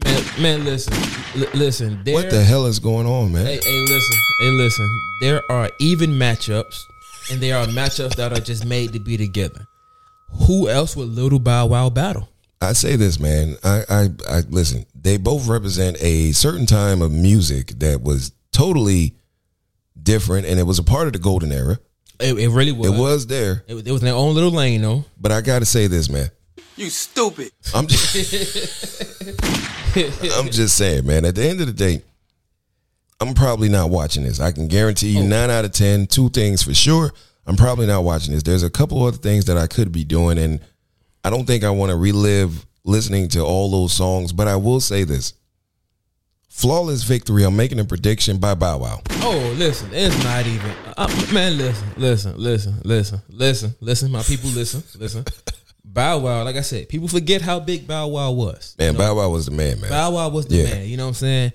Speaker 2: man, man, listen, li- listen. There,
Speaker 1: What the hell is going on, man?
Speaker 2: Hey, hey, listen. Hey, listen. There are even matchups, and there are matchups that are just made to be together. Who else would Little Bow Wow battle?
Speaker 1: I say this, man. I, I, I listen. They both represent a certain time of music that was totally different, and it was a part of the golden era.
Speaker 2: It, it really was.
Speaker 1: It was there,
Speaker 2: It, was- it was in their own little lane, though.
Speaker 1: but I got to say this, man.
Speaker 3: You stupid.
Speaker 1: I'm just, I'm just saying, man. At the end of the day, I'm probably not watching this. I can guarantee you nine out of ten, two things for sure. I'm probably not watching this. There's a couple other things that I could be doing, and I don't think I want to relive listening to all those songs. But I will say this: flawless victory. I'm making a prediction by Bow Wow.
Speaker 2: Oh, listen. It's not even. Uh, man, listen, listen, listen, listen, listen, listen. My people, listen, listen. Bow Wow, like I said, people forget how big Bow Wow was.
Speaker 1: Man, Bow Wow was the man, man.
Speaker 2: Bow Wow was the
Speaker 1: Yeah.
Speaker 2: man. You know what I'm saying?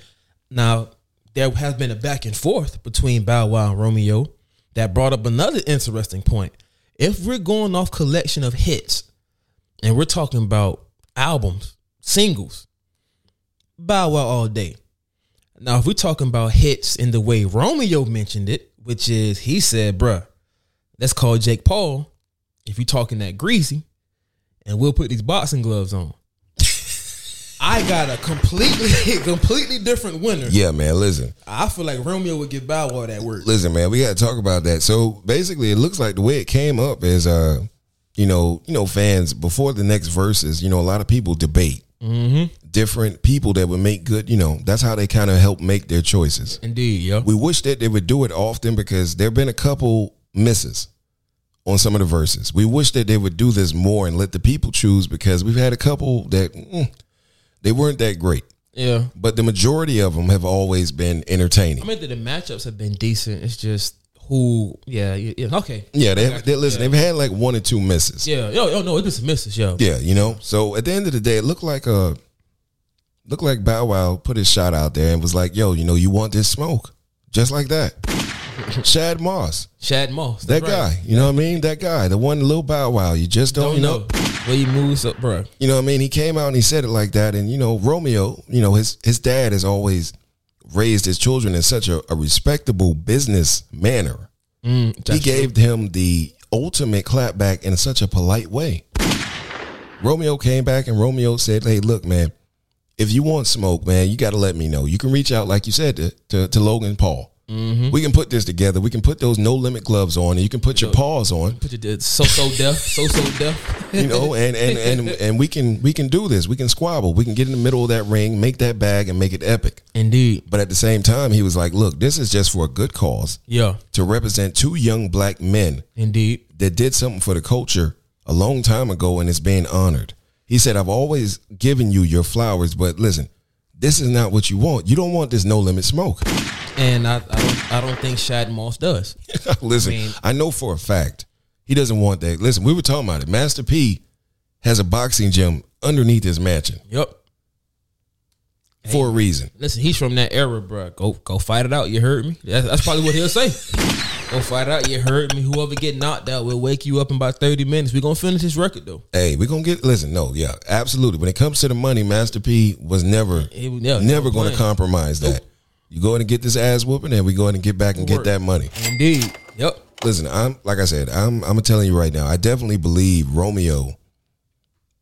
Speaker 2: Now there has been a back and forth between Bow Wow and Romeo that brought up another interesting point. If we're going off collection of hits, and we're talking about albums, singles, Bow Wow all day. Now, if we're talking about hits in the way Romeo mentioned it, which is he said, "Bruh, let's call Jake Paul." If you're talking that greasy, and we'll put these boxing gloves on. I got a completely, completely different winner.
Speaker 1: Yeah, man. Listen,
Speaker 2: I feel like Romeo would give Bow Wow that work.
Speaker 1: Listen, man, we got to talk about that. So basically, it looks like the way it came up is, uh, you know, you know, fans before the next verses, you know, a lot of people debate different people that would make good. You know, that's how they kind of help make their choices.
Speaker 2: Indeed, yo.
Speaker 1: We wish that they would do it often because there've been a couple misses on some of the verses. We wish that they would do this more and let the people choose because we've had a couple that mm, they weren't that great,
Speaker 2: Yeah.
Speaker 1: but the majority of them have always been entertaining.
Speaker 2: I mean, the the matchups have been decent. It's just who, yeah, yeah, yeah. okay.
Speaker 1: Yeah, they, they listen. They've had like one or two misses.
Speaker 2: Yeah, yo, yo, no, it's just misses, yo.
Speaker 1: Yeah, you know. So at the end of the day, it looked like uh looked like Bow Wow put his shot out there and was like, "Yo, you know, you want this smoke?" Just like that. Chad Moss,
Speaker 2: Chad Moss.
Speaker 1: that
Speaker 2: that's right.
Speaker 1: guy. You know what I mean? That guy, the one little bow wow. You just don't,
Speaker 2: Don't
Speaker 1: know.
Speaker 2: know where he moves up, bro.
Speaker 1: You know what I mean? He came out and he said it like that. And you know, Romeo, you know, his his dad has always raised his children in such a, a respectable business manner.
Speaker 2: Mm,
Speaker 1: he gave him the ultimate clapback in such a polite way. Romeo came back and Romeo said, Hey, look, man, if you want smoke, man, you got to let me know. You can reach out, like you said, to, to, to Logan Paul. We can put this together. We can put those no limit gloves on and you can put your paws on,
Speaker 2: put your so so deaf, so so deaf.
Speaker 1: you know, and, and, and, and we can, we can do this. We can squabble. We can get in the middle of that ring, make that bag and make it epic.
Speaker 2: Indeed,
Speaker 1: But at the same time, he was like, look, this is just for a good cause
Speaker 2: yeah,
Speaker 1: to represent two young black men
Speaker 2: indeed.
Speaker 1: that did something for the culture a long time ago and it's being honored. He said, I've always given you your flowers, but listen, this is not what you want. You don't want this no limit smoke.
Speaker 2: And I, I don't, I don't think Shad Moss does.
Speaker 1: listen, I,
Speaker 2: mean-
Speaker 1: know for a fact he doesn't want that. Listen, we were talking about it. Master P has a boxing gym underneath his mansion
Speaker 2: Yep.
Speaker 1: for a reason.
Speaker 2: Listen, he's from that era, bro. Go, go fight it out. You heard me. That's, that's probably what he'll say. Go fight it out. You heard me. Whoever get knocked out will wake you up in about thirty minutes. We gonna finish this record though.
Speaker 1: Hey, we're gonna get listen, no, yeah, absolutely. When it comes to the money, Master P was never
Speaker 2: He was- yeah, he
Speaker 1: never
Speaker 2: was
Speaker 1: gonna
Speaker 2: playing.
Speaker 1: compromise that. You go in and get this ass whooping and we go in and get back and get
Speaker 2: Work.
Speaker 1: that money.
Speaker 2: Indeed. Yep.
Speaker 1: listen, I'm like I said, I'm I'm telling you right now, I definitely believe Romeo.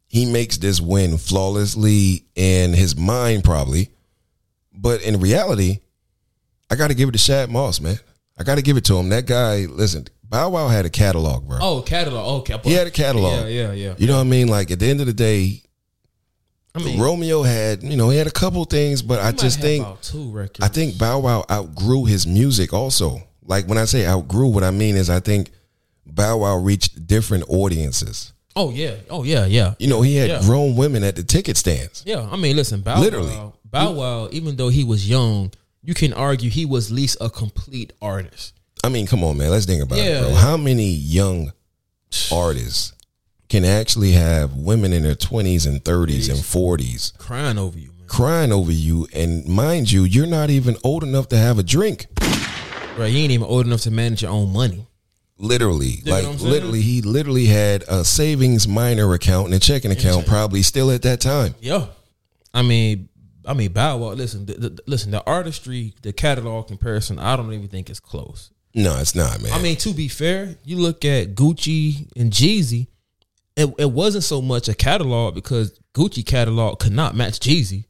Speaker 1: He makes this win flawlessly in his mind, probably, but in reality, I got to give it to Shad Moss, man. I got to give it to him. That guy, listen, Bow Wow had a catalog, bro.
Speaker 2: Oh, catalog. Okay. I put-
Speaker 1: he had a catalog.
Speaker 2: Yeah, yeah, yeah.
Speaker 1: You know what I mean? Like at the end of the day,
Speaker 2: I mean,
Speaker 1: Romeo had, you know, he had a couple things, but I
Speaker 2: might
Speaker 1: just
Speaker 2: have
Speaker 1: think
Speaker 2: about two records.
Speaker 1: I think Bow Wow outgrew his music also. Like when I say outgrew, what I mean is I think Bow Wow reached different audiences.
Speaker 2: oh yeah. Oh yeah. Yeah.
Speaker 1: You know, he had
Speaker 2: Yeah.
Speaker 1: grown women at the ticket stands.
Speaker 2: Yeah, I mean, listen, Bow
Speaker 1: Literally.
Speaker 2: Wow, Bow Wow, even though he was young, you can argue he was at least a complete artist.
Speaker 1: I mean, come on, man, let's think about it,
Speaker 2: Yeah.
Speaker 1: bro. How many young artists can actually have women in their twenties and thirties and forties
Speaker 2: Crying over you, man.
Speaker 1: crying over you? And mind you, you're not even old enough to have a drink.
Speaker 2: Right? You ain't even old enough to manage your own money.
Speaker 1: Literally,
Speaker 2: know what I'm
Speaker 1: like
Speaker 2: saying?
Speaker 1: literally, he literally had a savings minor account and a checking account, probably still at that time.
Speaker 2: Yeah, I mean, I mean, Bow Wow. Listen, the, the, listen, the artistry, the catalog comparison, I don't even think is close.
Speaker 1: No, it's not, man.
Speaker 2: I mean, to be fair, you look at Gucci and Jeezy. It, it wasn't so much a catalog because Gucci catalog could not match Jeezy,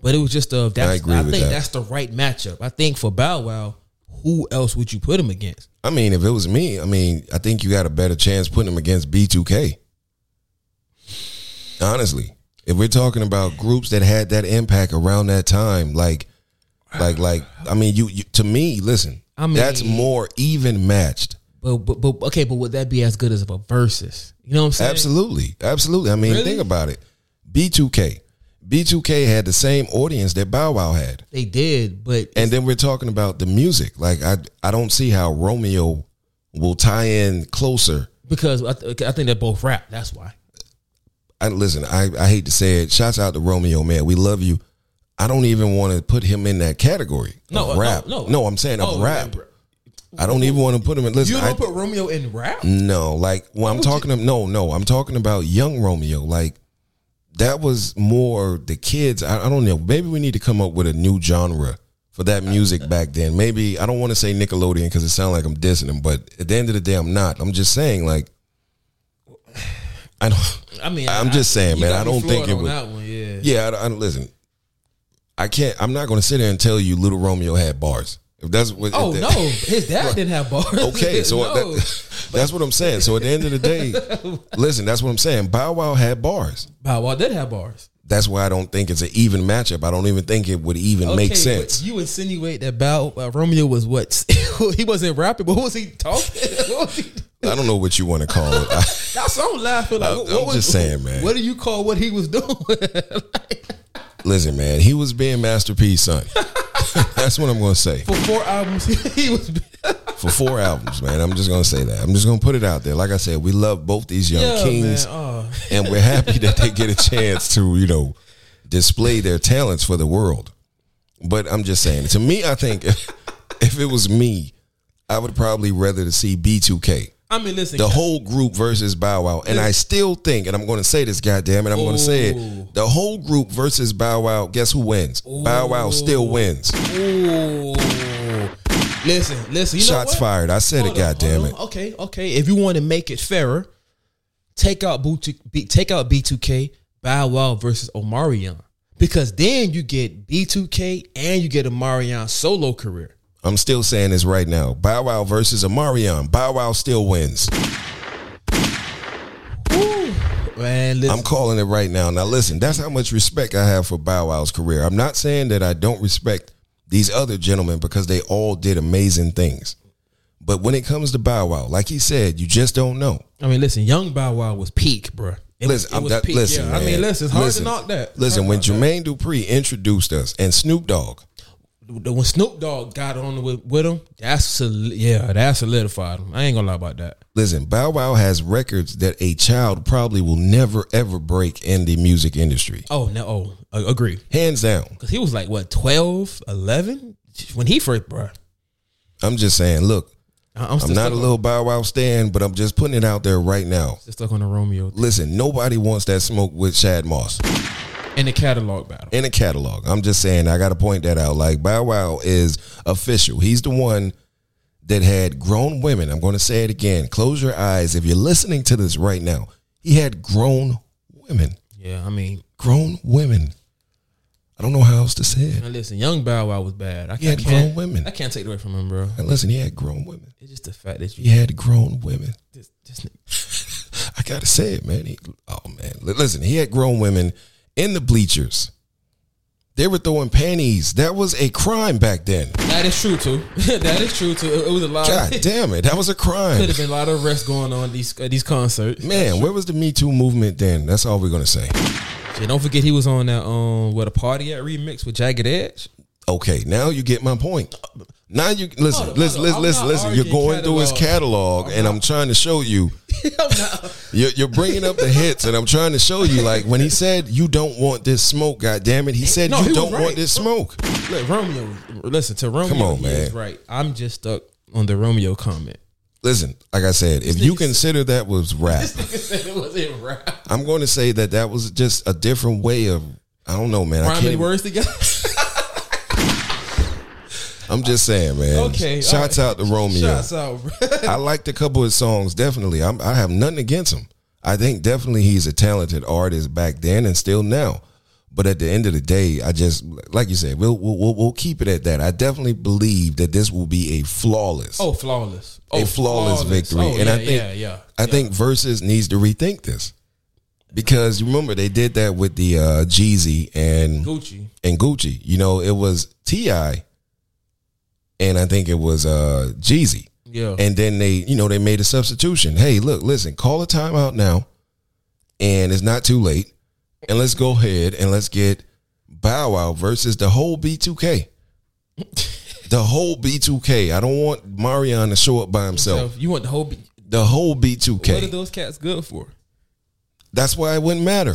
Speaker 2: but it was just a. That's, I
Speaker 1: agree with
Speaker 2: think
Speaker 1: that.
Speaker 2: that's the right matchup. I think for Bow Wow, who else would you put him against?
Speaker 1: I mean, if it was me, I mean, I think you got a better chance putting him against B2K. Honestly, if we're talking about groups that had that impact around that time, like, like, like, I mean, you, you to me, listen,
Speaker 2: I mean-
Speaker 1: that's more even matched.
Speaker 2: But, but but okay, but would that be as good as a versus? You know what I'm saying?
Speaker 1: Absolutely, absolutely. I mean,
Speaker 2: Really?
Speaker 1: think about it. B2K, B2K had the same audience that Bow Wow had.
Speaker 2: They did, but
Speaker 1: and then we're talking about the music. Like I, I don't see how Romeo will tie in closer.
Speaker 2: because I, th- I think they both rap. That's why.
Speaker 1: I listen. I, I hate to say it. Shouts out to Romeo, man. We love you. I don't even want to put him in that category.
Speaker 2: No, uh,
Speaker 1: of
Speaker 2: no,
Speaker 1: rap.
Speaker 2: no.
Speaker 1: I'm saying of
Speaker 2: Oh,
Speaker 1: rap.
Speaker 2: bro.
Speaker 1: I don't even want to put him in. Listen,
Speaker 2: You
Speaker 1: I,
Speaker 2: don't put Romeo in rap.
Speaker 1: no. Like when I'm talking, to, no, no. I'm talking about young Romeo. Like that was more the kids. I, I don't know. Maybe we need to come up with a new genre for that music back then. Maybe I don't want to say Nickelodeon because it sounds like I'm dissing them, but at the end of the day, I'm not. I'm just saying, like, I don't.
Speaker 2: I mean,
Speaker 1: I'm just saying,
Speaker 2: you
Speaker 1: man,
Speaker 2: got
Speaker 1: I
Speaker 2: me
Speaker 1: don't think
Speaker 2: floored
Speaker 1: it
Speaker 2: on
Speaker 1: would-
Speaker 2: That one, yeah.
Speaker 1: Yeah, I, don't- I don't- listen. I can't. I'm not going to sit there and tell you Little Romeo had bars. If that's what.
Speaker 2: Oh
Speaker 1: if
Speaker 2: no,
Speaker 1: that-
Speaker 2: his dad didn't have bars.
Speaker 1: Okay, so
Speaker 2: No.
Speaker 1: that, that's what I'm saying. So at the end of the day, listen, that's what I'm saying. Bow Wow had bars.
Speaker 2: Bow Wow did have bars.
Speaker 1: That's why I don't think it's an even matchup. I don't even think it would even
Speaker 2: Okay,
Speaker 1: make
Speaker 2: but
Speaker 1: sense.
Speaker 2: You insinuate that Bow uh, Romeo was what? he wasn't rapping, but what was he talking? What was he-
Speaker 1: I don't know what you want to call it. I,
Speaker 2: That's what I'm laughing. Like,
Speaker 1: I'm-
Speaker 2: what,
Speaker 1: I'm
Speaker 2: what was,
Speaker 1: just saying, man.
Speaker 2: What do you call what he was doing?
Speaker 1: listen, man, he was being Master P's son. That's what I'm going to say
Speaker 2: For four albums, he was.
Speaker 1: for four albums, man. I'm just going to say that. I'm just going to put it out there. Like I said, we love both these young
Speaker 2: Yeah,
Speaker 1: kings,
Speaker 2: man. Oh.
Speaker 1: and we're happy that they get a chance to, you know, display their talents for the world. But I'm just saying, to me, I think if, if it was me, I would probably rather to see B2K,
Speaker 2: I mean, listen,
Speaker 1: the whole group versus Bow Wow, and I still think, and I'm going to say this, goddamn it, I'm going to say
Speaker 2: Ooh.
Speaker 1: it, the whole group versus Bow Wow. Guess who wins? Bow Wow still wins.
Speaker 2: Ooh. Listen, listen. You know
Speaker 1: Shots
Speaker 2: what?
Speaker 1: fired. I said
Speaker 2: Hold
Speaker 1: it,
Speaker 2: on,
Speaker 1: goddamn
Speaker 2: hold
Speaker 1: it.
Speaker 2: on. Okay, okay. If you want to make it fairer, take out B2, B, take out B2K, Bow Wow versus Omarion. Because then you get B2K and you get Omarion solo career.
Speaker 1: I'm still saying this right now. Bow Wow versus Amarion. Bow Wow still wins.
Speaker 2: Ooh. Man, listen.
Speaker 1: I'm calling it right now. Now listen, that's how much respect I have for Bow Wow's career. I'm not saying that I don't respect these other gentlemen because they all did amazing things. But when it comes to Bow Wow, like he said, you just don't know.
Speaker 2: I mean, listen, Young Bow Wow was peak, bro. It was,
Speaker 1: Listen,
Speaker 2: it
Speaker 1: I'm
Speaker 2: was
Speaker 1: that,
Speaker 2: peak.
Speaker 1: listen,
Speaker 2: yeah.
Speaker 1: man.
Speaker 2: I mean, listen, it's hard
Speaker 1: Listen,
Speaker 2: to knock that.
Speaker 1: Listen, when Jermaine Dupri introduced us and Snoop Dogg,
Speaker 2: The- when Snoop Dogg got on with, with him, that's soli- yeah, that solidified him. I ain't gonna lie about that.
Speaker 1: listen, Bow Wow has records that a child probably will never ever break in the music industry.
Speaker 2: Oh no, oh, I agree.
Speaker 1: Hands down.
Speaker 2: Cause he was like what 12, 11? when he first, bro.
Speaker 1: I'm just saying, look,
Speaker 2: I- I'm still
Speaker 1: I'm not
Speaker 2: stuck
Speaker 1: a
Speaker 2: on-
Speaker 1: little Bow Wow stand, but I'm just putting it out there right now.
Speaker 2: still stuck on the Romeo
Speaker 1: Listen, nobody wants that smoke with Shad Moss
Speaker 2: and the catalog battle.
Speaker 1: in a catalog. I'm just saying, I got to point that out. Like, Bow Wow is official. He's the one that had grown women. I'm going to say it again. Close your eyes. If you're listening to this right now, he had grown women.
Speaker 2: Yeah, I mean,
Speaker 1: Grown women. I don't know how else to say it.
Speaker 2: now listen, Young Bow Wow was bad. I
Speaker 1: He had
Speaker 2: can't,
Speaker 1: grown
Speaker 2: can't
Speaker 1: women.
Speaker 2: I can't take it away from him, bro.
Speaker 1: And listen, he had grown women.
Speaker 2: It's just the fact that you
Speaker 1: He had grown women.
Speaker 2: just, just
Speaker 1: I gotta say it, man. He, oh man, Li- listen, he had grown women in the bleachers. They were throwing panties. That was a crime back then.
Speaker 2: that is true too. that is true too. It, it was a lot.
Speaker 1: God
Speaker 2: Of,
Speaker 1: damn it, that was a
Speaker 2: could
Speaker 1: crime.
Speaker 2: have been a lot of arrests going on at these at these concerts.
Speaker 1: Man, where was the Me Too movement then? That's all we're gonna say.
Speaker 2: Shit, don't forget he was on that um what a party at remix with Jagged Edge.
Speaker 1: Okay, now you get my point. Now you listen,
Speaker 2: Hold up,
Speaker 1: listen,
Speaker 2: hold
Speaker 1: listen, listen,
Speaker 2: up. I'm not
Speaker 1: listen. You're
Speaker 2: arguing
Speaker 1: going through his catalog, and I'm trying to show you.
Speaker 2: I'm not-
Speaker 1: You're, you're bringing up the hits, and I'm trying to show you. Like when he said, "You don't want this smoke," God damn it, he said,
Speaker 2: No,
Speaker 1: "You
Speaker 2: he was
Speaker 1: don't
Speaker 2: right.
Speaker 1: want this smoke."
Speaker 2: Look, Romeo, listen to Romeo.
Speaker 1: Come on,
Speaker 2: he
Speaker 1: man.
Speaker 2: is right. I'm just stuck on the Romeo comment.
Speaker 1: Listen, like I said, if you consider that was rap,
Speaker 2: it wasn't rap.
Speaker 1: I'm going to say that that was just a different way of. I don't know, man. I
Speaker 2: Rhyming
Speaker 1: can't.
Speaker 2: words together.
Speaker 1: I'm just saying, man.
Speaker 2: Okay,
Speaker 1: Shouts out to Romeo.
Speaker 2: Shots out, bro.
Speaker 1: I liked a couple of songs. Definitely, I'm, I have nothing against him. I think definitely he's a talented artist back then and still now. But at the end of the day, I just like you said, we'll we'll, we'll, we'll keep it at that. I definitely believe that this will be a flawless.
Speaker 2: Oh, flawless. Oh,
Speaker 1: A flawless victory.
Speaker 2: Oh,
Speaker 1: And
Speaker 2: yeah,
Speaker 1: I think-
Speaker 2: yeah, yeah.
Speaker 1: I think Versus needs to rethink this because you remember they did that with the uh, Jeezy and
Speaker 2: Gucci.
Speaker 1: and Gucci. You know, it was Ti, and I think it was uh Jeezy.
Speaker 2: Yeah.
Speaker 1: And then they, you know, they made a substitution. Hey, look, listen, call a timeout now, and it's not too late. And let's go ahead and let's get Bow Wow versus the whole B2K. the whole B2K. I don't want Marion to show up by himself.
Speaker 2: you want the whole. Be-
Speaker 1: The whole
Speaker 2: What are
Speaker 1: B2K.
Speaker 2: those cats good for?
Speaker 1: That's why it wouldn't matter.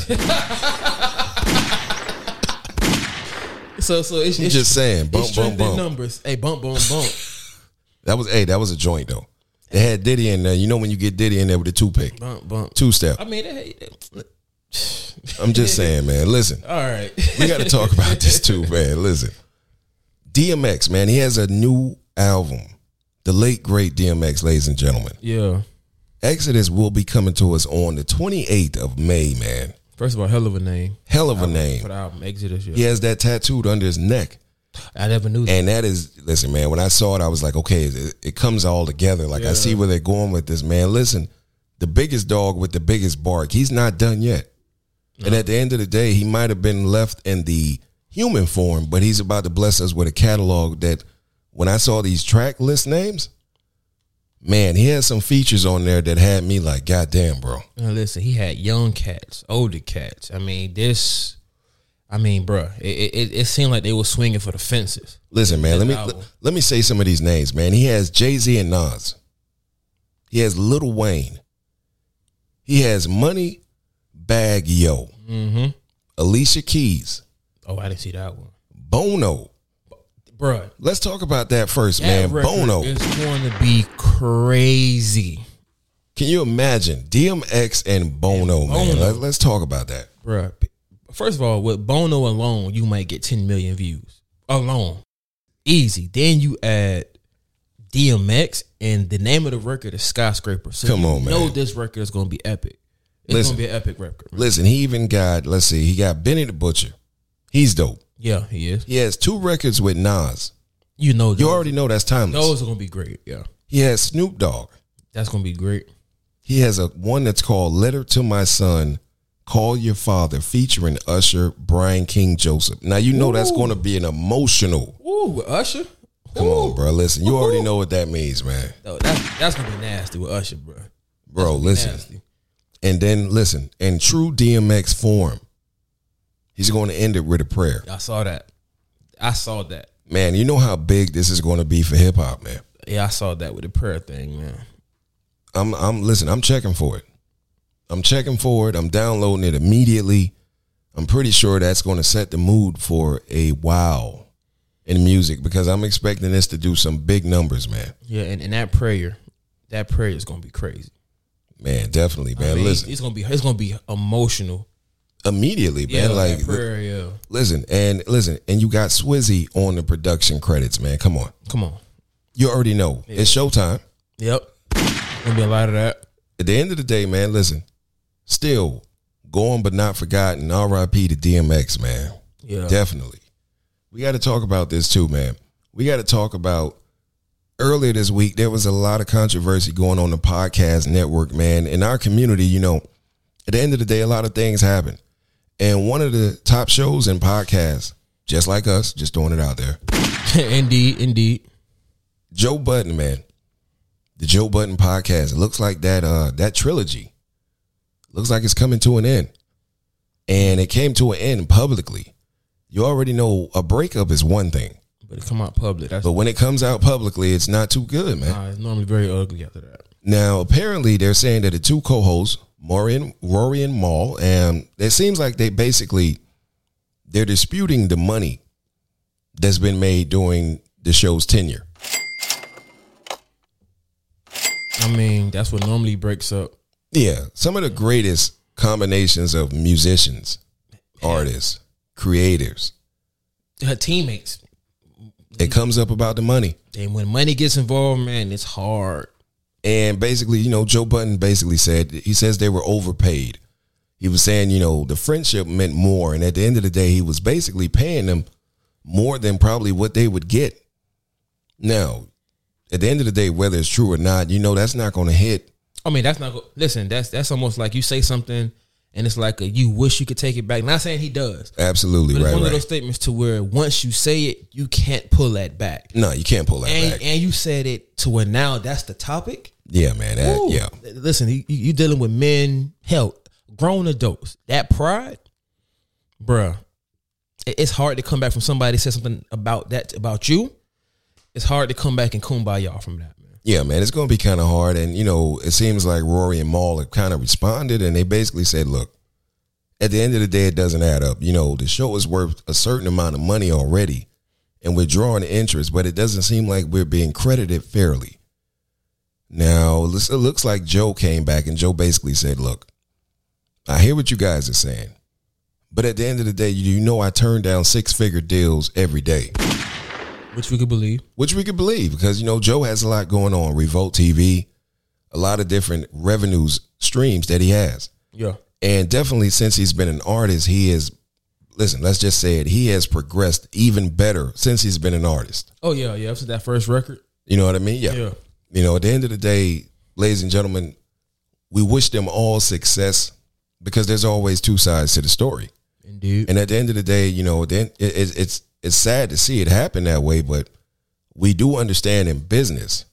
Speaker 2: So, so it's,
Speaker 1: I'm
Speaker 2: it's
Speaker 1: just saying.
Speaker 2: it's
Speaker 1: Bump, bump,
Speaker 2: strength in
Speaker 1: bump.
Speaker 2: numbers. Hey, bump, bump, bump.
Speaker 1: That was hey, that was a joint though. They had Diddy in there. You know when you get Diddy in there with a two pick,
Speaker 2: bump, bump.
Speaker 1: two step.
Speaker 2: I mean, hey, that-
Speaker 1: I'm just saying, man. Listen,
Speaker 2: all right.
Speaker 1: we got to talk about this too, man. Listen, DMX, man, he has a new album. The late great DMX, ladies and gentlemen.
Speaker 2: yeah.
Speaker 1: Exodus will be coming to us on the 28th of May, man.
Speaker 2: First of all, hell of a name
Speaker 1: Hell of a
Speaker 2: for
Speaker 1: name.
Speaker 2: the album Exodus. Yeah.
Speaker 1: He has that tattooed under his neck.
Speaker 2: I never knew that.
Speaker 1: And that is, listen, man, when I saw it, I was like, okay, it, it comes all together. Like, I see where they're going with this, man. Listen, the biggest dog with the biggest bark, he's not done yet. And at the end of the day, he might have been left in the human form, but he's about to bless us with a catalog that when I saw these track list names, man, he had some features on there that had me like, God damn, bro.
Speaker 2: Now, listen, he had young cats, older cats. I mean, this. I mean, bruh, it, it, it- it seemed like they were swinging for the fences.
Speaker 1: Listen, man, let me
Speaker 2: album.
Speaker 1: let, let me say some of these names, man. He has Jay Z and Nas. He has Lil Wayne. He has Money Bag Yo,
Speaker 2: Mm-hmm.
Speaker 1: Alicia Keys,
Speaker 2: Oh, I didn't see that one.
Speaker 1: Bono,
Speaker 2: bruh.
Speaker 1: Let's talk about that first,
Speaker 2: That
Speaker 1: man.
Speaker 2: record
Speaker 1: Bono.
Speaker 2: is going to be crazy,
Speaker 1: Can you imagine DMX and Bono, man?
Speaker 2: Bono.
Speaker 1: Let- Let's talk about that.
Speaker 2: bruh. First of all, with Bono alone, you might get 10 million views alone, easy. Then you add DMX, and the name of the record is Skyscraper. So
Speaker 1: Come
Speaker 2: you
Speaker 1: on, man.
Speaker 2: know this record is going to be epic. It's
Speaker 1: Listen.
Speaker 2: going to be an epic record. man.
Speaker 1: Listen, he even got, let's see, he got Benny the Butcher. He's dope.
Speaker 2: Yeah, he is.
Speaker 1: He has two records with Nas.
Speaker 2: You know,
Speaker 1: You
Speaker 2: those-
Speaker 1: already know that's timeless.
Speaker 2: those are going to be great. Yeah,
Speaker 1: He has Snoop Dogg.
Speaker 2: that's going to be great.
Speaker 1: He has a one that's called Letter to My Son, Call Your Father, featuring Usher, Brian King Joseph. Now you know that's gonna be an emotional.
Speaker 2: Ooh, with Usher.
Speaker 1: Come on,
Speaker 2: Ooh.
Speaker 1: bro. Listen, you already know what that means, man.
Speaker 2: No, that's that's gonna be nasty with Usher, bro.
Speaker 1: Bro, listen.
Speaker 2: Nasty.
Speaker 1: And then listen, in true DMX form, he's gonna end it with a prayer.
Speaker 2: I saw that. I saw that.
Speaker 1: Man, you know how big this is gonna be for hip hop, man.
Speaker 2: Yeah, I saw that with the prayer thing, man.
Speaker 1: I'm I'm listen, I'm checking for it. I'm checking for it. I'm downloading it immediately. I'm pretty sure that's going to set the mood for a wow in music because I'm expecting this to do some big numbers, man.
Speaker 2: Yeah, and, and that prayer, that prayer is gonna be crazy.
Speaker 1: Man, definitely, man.
Speaker 2: I mean,
Speaker 1: listen,
Speaker 2: it's gonna be it's gonna be emotional.
Speaker 1: immediately,
Speaker 2: Yeah,
Speaker 1: man. like,
Speaker 2: that prayer. Yeah,
Speaker 1: listen, and listen, and you got Swizzy on the production credits, man. Come on,
Speaker 2: come on.
Speaker 1: you already know it's showtime.
Speaker 2: Yep, gonna be a lot of that.
Speaker 1: At the end of the day, man. Listen, still gone but not forgotten. R.I.P. to DMX, man.
Speaker 2: Yeah,
Speaker 1: Definitely. We got to talk about this too, man. We got to talk about earlier this week. There was a lot of controversy going on the podcast network, man. In our community, you know, at the end of the day, a lot of things happen. And one of the top shows in podcasts, just like us, just throwing it out there,
Speaker 2: indeed, indeed.
Speaker 1: Joe Button, man. The Joe Button podcast. It looks like that uh that trilogy looks like it's coming to an end. And it came to an end publicly. You already know a breakup is one thing.
Speaker 2: But it come out public. That's
Speaker 1: But when it comes out publicly, it's not too good, man.
Speaker 2: uh, it's normally very ugly after that.
Speaker 1: Now, apparently, they're saying that the two co-hosts, Maureen, Rory and Maul, and it seems like they basically they're disputing the money that's been made during the show's tenure.
Speaker 2: I mean, that's what normally breaks up.
Speaker 1: Yeah, some of the greatest combinations of musicians, artists, creators.
Speaker 2: Her teammates,
Speaker 1: It comes up about the money.
Speaker 2: and when money gets involved, man, it's hard.
Speaker 1: And basically, you know, Joe Button basically said he says they were overpaid. He was saying, you know, the friendship meant more, and at the end of the day, he was basically paying them more than probably what they would get. Now, at the end of the day, whether it's true or not, you know, that's not going to hit.
Speaker 2: I mean, that's not. go- Listen, that's that's almost like you say something, and it's like a, you wish you could take it back. Not saying he does,
Speaker 1: Absolutely
Speaker 2: but it's
Speaker 1: right,
Speaker 2: one
Speaker 1: right.
Speaker 2: of those statements to where once you say it, you can't pull that back.
Speaker 1: no, you can't pull that
Speaker 2: And
Speaker 1: back.
Speaker 2: and you said it to where now that's the topic.
Speaker 1: yeah, man. That,
Speaker 2: Ooh.
Speaker 1: yeah,
Speaker 2: Listen, you, you you dealing with men, hell, grown adults. That pride, bruh, it- it's hard to come back from somebody that said something about that about you. It's hard to come back and kumbaya from that, man.
Speaker 1: yeah, man. It's going to be kind of hard, and you know, it seems like Rory and Maul have kind of responded, and they basically said, look. at the end of the day, it doesn't add up. You know, the show is worth a certain amount of money already, and we're drawing interest, but it doesn't seem like we're being credited fairly. Now, this- it looks like Joe came back, and Joe basically said, Look, I hear what you guys are saying, but at the end of the day, you know, I turn down six figure deals every day,
Speaker 2: Which we could believe.
Speaker 1: which we could believe because, you know, Joe has a lot going on Revolt TV, a lot of different revenues streams that he has.
Speaker 2: Yeah.
Speaker 1: And definitely since he's been an artist, he is listen, let's just say it, he has progressed even better since he's been an artist.
Speaker 2: Oh yeah, yeah. After that first record.
Speaker 1: You know what I mean? Yeah.
Speaker 2: Yeah.
Speaker 1: You know, at the end of the day, ladies and gentlemen, we wish them all success because there's always two sides to the story.
Speaker 2: Indeed.
Speaker 1: And at the end of the day, you know, then it, it, it's it's sad to see it happen that way, but we do understand in business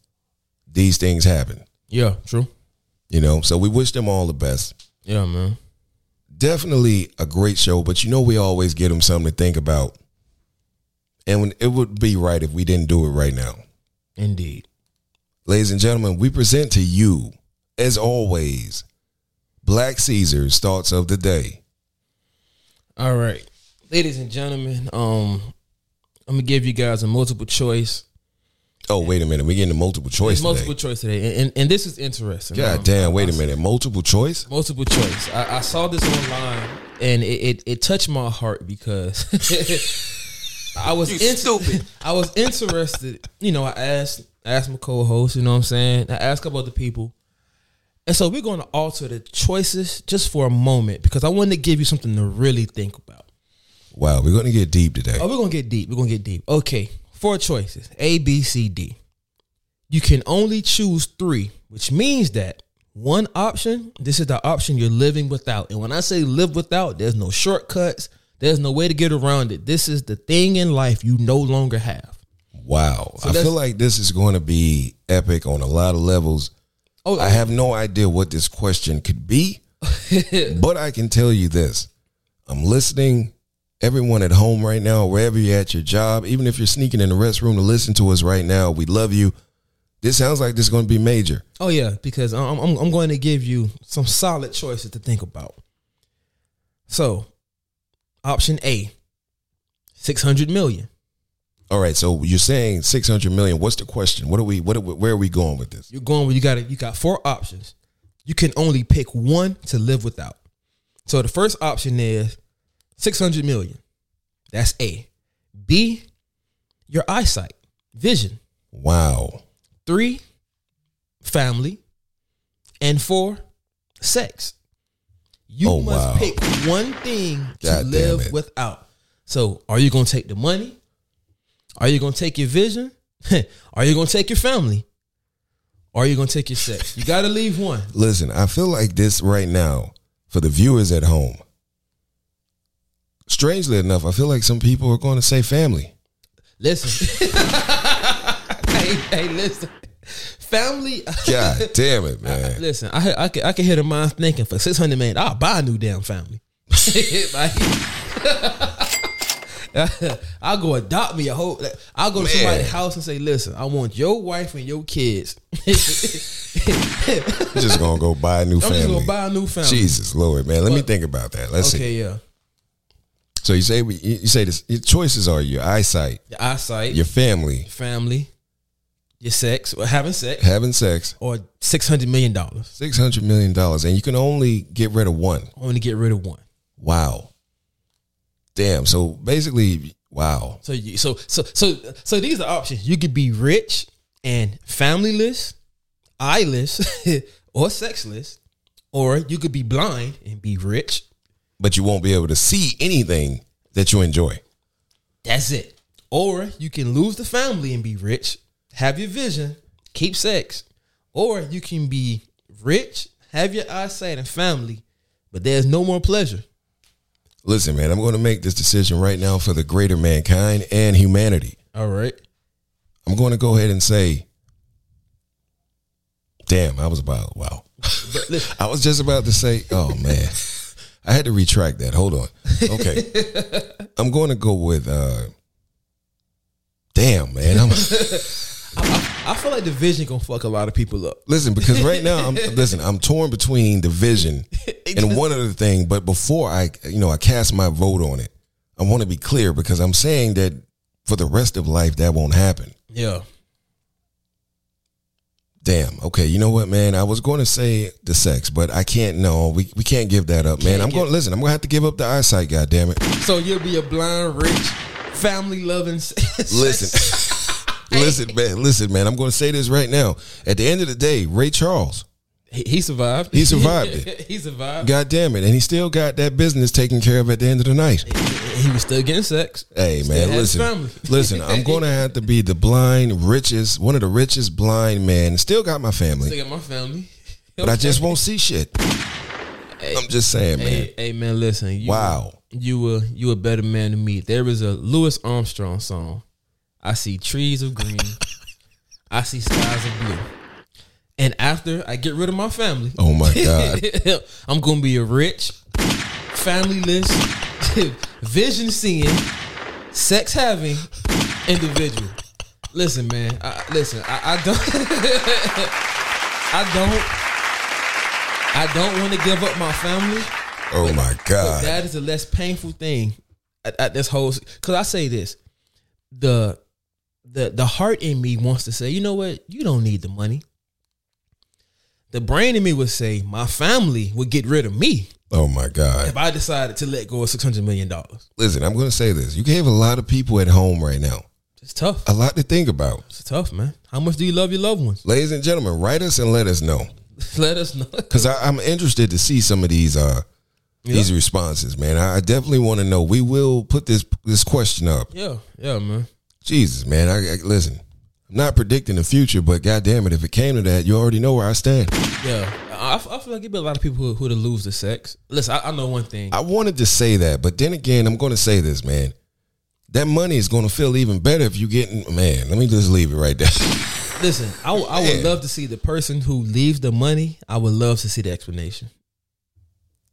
Speaker 1: these things happen.
Speaker 2: Yeah, true.
Speaker 1: You know, so we wish them all the best.
Speaker 2: Yeah, man.
Speaker 1: definitely a great show, but you know we always get them something to think about. And when, it would be right if we didn't do it right now.
Speaker 2: Indeed.
Speaker 1: Ladies and gentlemen, we present to you, as always, Black Caesar's thoughts of the day.
Speaker 2: All right. Ladies and gentlemen, um I'm gonna give you guys a multiple choice.
Speaker 1: Oh, wait a minute. We're getting the multiple choice
Speaker 2: multiple
Speaker 1: today.
Speaker 2: choice today, and, and, and this is interesting.
Speaker 1: God
Speaker 2: Um,
Speaker 1: damn, wait a minute. Multiple choice?
Speaker 2: Multiple choice. I, I saw this online, and it, it, it touched my heart because I was
Speaker 3: You
Speaker 2: in-
Speaker 3: stupid.
Speaker 2: I was interested. You know, I asked I asked my co-host. You know what I'm saying? I asked about the people, and so we're going to alter the choices just for a moment because I wanted to give you something to really think about.
Speaker 1: Wow, we're going to get deep today.
Speaker 2: Oh, we're gonna get deep. We're gonna get deep. Okay, four choices: A, B, C, D. You can only choose three, which means that one option, this is the option you're living without. And when I say live without, there's no shortcuts. There's no way to get around it. This is the thing in life you no longer have.
Speaker 1: Wow. I
Speaker 2: that's-
Speaker 1: feel like this is going to be epic on a lot of levels.
Speaker 2: Oh,
Speaker 1: I have no idea what this question could be, but I can tell you this. I'm listening. Everyone at home right now, wherever you're at your job, even if you're sneaking in the restroom to listen to us right now, we love you. This sounds like this is going to be major.
Speaker 2: Oh yeah, because I'm, I'm I'm going to give you some solid choices to think about. So, option A, six hundred million.
Speaker 1: All right, so you're saying 600 million. What's the question? What are we? What? Are, we- where are we going with this?
Speaker 2: You're going where you got you got four options. You can only pick one to live without. So the first option is 600 million. That's A. B, your eyesight, vision.
Speaker 1: Wow.
Speaker 2: 3, family. And 4, sex. You
Speaker 1: Oh,
Speaker 2: must
Speaker 1: wow.
Speaker 2: pick one thing to
Speaker 1: God damn
Speaker 2: live
Speaker 1: it.
Speaker 2: without. So, are you going to take the money? Are you going to take your vision? are you going to take your family? Or are you going to take your sex? You got to leave one.
Speaker 1: Listen, I feel like this right now for the viewers at home. Strangely enough, I feel like some people are going to say family.
Speaker 2: Listen. hey, hey, listen. Family.
Speaker 1: God damn it, man.
Speaker 2: Listen, I I can I can hear the mind thinking for six hundred million. I'll buy a new damn family. Like, I'll go adopt me a whole. like, I'll go to somebody's house and say, "Listen, I want your wife and your kids. I'm
Speaker 1: I'm just gonna go buy a new family.
Speaker 2: just gonna buy a new family."
Speaker 1: Jesus Lord, man. Let me
Speaker 2: But-
Speaker 1: think about that. Let's see.
Speaker 2: Okay, yeah.
Speaker 1: So you say we, you you say this. Your choices are your eyesight,
Speaker 2: Your eyesight, your
Speaker 1: your family,
Speaker 2: family, your sex, or having sex,
Speaker 1: having sex,
Speaker 2: or six hundred million dollars.
Speaker 1: six hundred million dollars, and you can only get rid of one.
Speaker 2: Only get rid of one.
Speaker 1: Wow. Damn. So basically, wow.
Speaker 2: So you so so so so these are options. You could be rich and familyless, eyeless, or sexless, or you could be blind and be rich.
Speaker 1: But you won't be able to see anything that you enjoy.
Speaker 2: That's it. Or you can lose the family and be rich, have your vision, keep sex, or you can be rich, have your eyesight and family, but there's no more pleasure.
Speaker 1: Listen, man, I'm going to make this decision right now for the greater mankind and humanity.
Speaker 2: All right.
Speaker 1: I'm going to go ahead and say, damn, I was about, wow.
Speaker 2: But listen,
Speaker 1: I was just about to say, oh man, I had to retract that. Hold on. Okay. I'm going to go with, uh, damn, man. I'm,
Speaker 2: I feel like the vision gonna fuck a lot of people up.
Speaker 1: listen, because right now, I'm, listen, I'm torn between the vision and one other thing. But before I, you know, I cast my vote on it, I want to be clear because I'm saying that for the rest of life, that won't happen.
Speaker 2: Yeah.
Speaker 1: Damn. Okay. You know what, man? I was going to say the sex, but I can't. No, we, we can't give that up, man. I'm going to listen. I'm going to have to give up the eyesight. God damn it.
Speaker 2: So you'll be a blind, rich, family loving.
Speaker 1: Listen, listen, man. Listen, man. I'm going to say this right now. At the end of the day, Ray Charles,
Speaker 2: he, he survived.
Speaker 1: He survived
Speaker 2: he survived.
Speaker 1: God damn it, and he still got that business taken care of at the end of the night.
Speaker 2: He was still getting sex.
Speaker 1: Hey,
Speaker 2: Still
Speaker 1: man.
Speaker 2: had his
Speaker 1: Listen,
Speaker 2: family.
Speaker 1: listen. I'm going to have to be the blind richest, one of the richest blind men. Still got my
Speaker 2: Still
Speaker 1: family,
Speaker 2: got my family.
Speaker 1: but I just won't see shit. I'm just saying, man.
Speaker 2: Hey, hey, man, listen. You,
Speaker 1: Wow.
Speaker 2: you were you a better man than me. There is a Louis Armstrong song. I see trees of green. I see skies of blue. And after I get rid of my family,
Speaker 1: Oh my god.
Speaker 2: I'm gonna be a rich, familyless, vision seeing, sex having individual. Listen, man. I, I- listen, I, I don't. I don't. I don't want to give up my family,
Speaker 1: Oh my
Speaker 2: but
Speaker 1: god.
Speaker 2: that is a less painful thing. At, at this whole, because I say this, the the the heart in me wants to say, you know what, you don't need the money. The brain in me would say, my family would get rid of me
Speaker 1: Oh my God.
Speaker 2: if I decided to let go of six hundred million dollars.
Speaker 1: Listen, I'm going to say this. You gave a lot of people at home right now
Speaker 2: It's tough.
Speaker 1: a lot to think about.
Speaker 2: It's tough, man. How much do you love your loved ones?
Speaker 1: Ladies and gentlemen, write us and let us know
Speaker 2: let us know.
Speaker 1: because I'm interested to see some of these uh these responses, man. I, I definitely want to know. We will put this this question up.
Speaker 2: Yeah, yeah, man.
Speaker 1: Jesus, man. I, I listen. I'm not predicting the future, but goddamn it, if it came to that, you already know where I stand.
Speaker 2: Yeah, I, I feel like it be a lot of people who who to lose the sex. Listen, I, I know one thing.
Speaker 1: I wanted to say that, but then again, I'm going to say this, man. That money is going to feel even better if you getting man. Let me just leave it right there.
Speaker 2: Listen, I, w- I would love to see the person who leaves the money. I would love to see the explanation.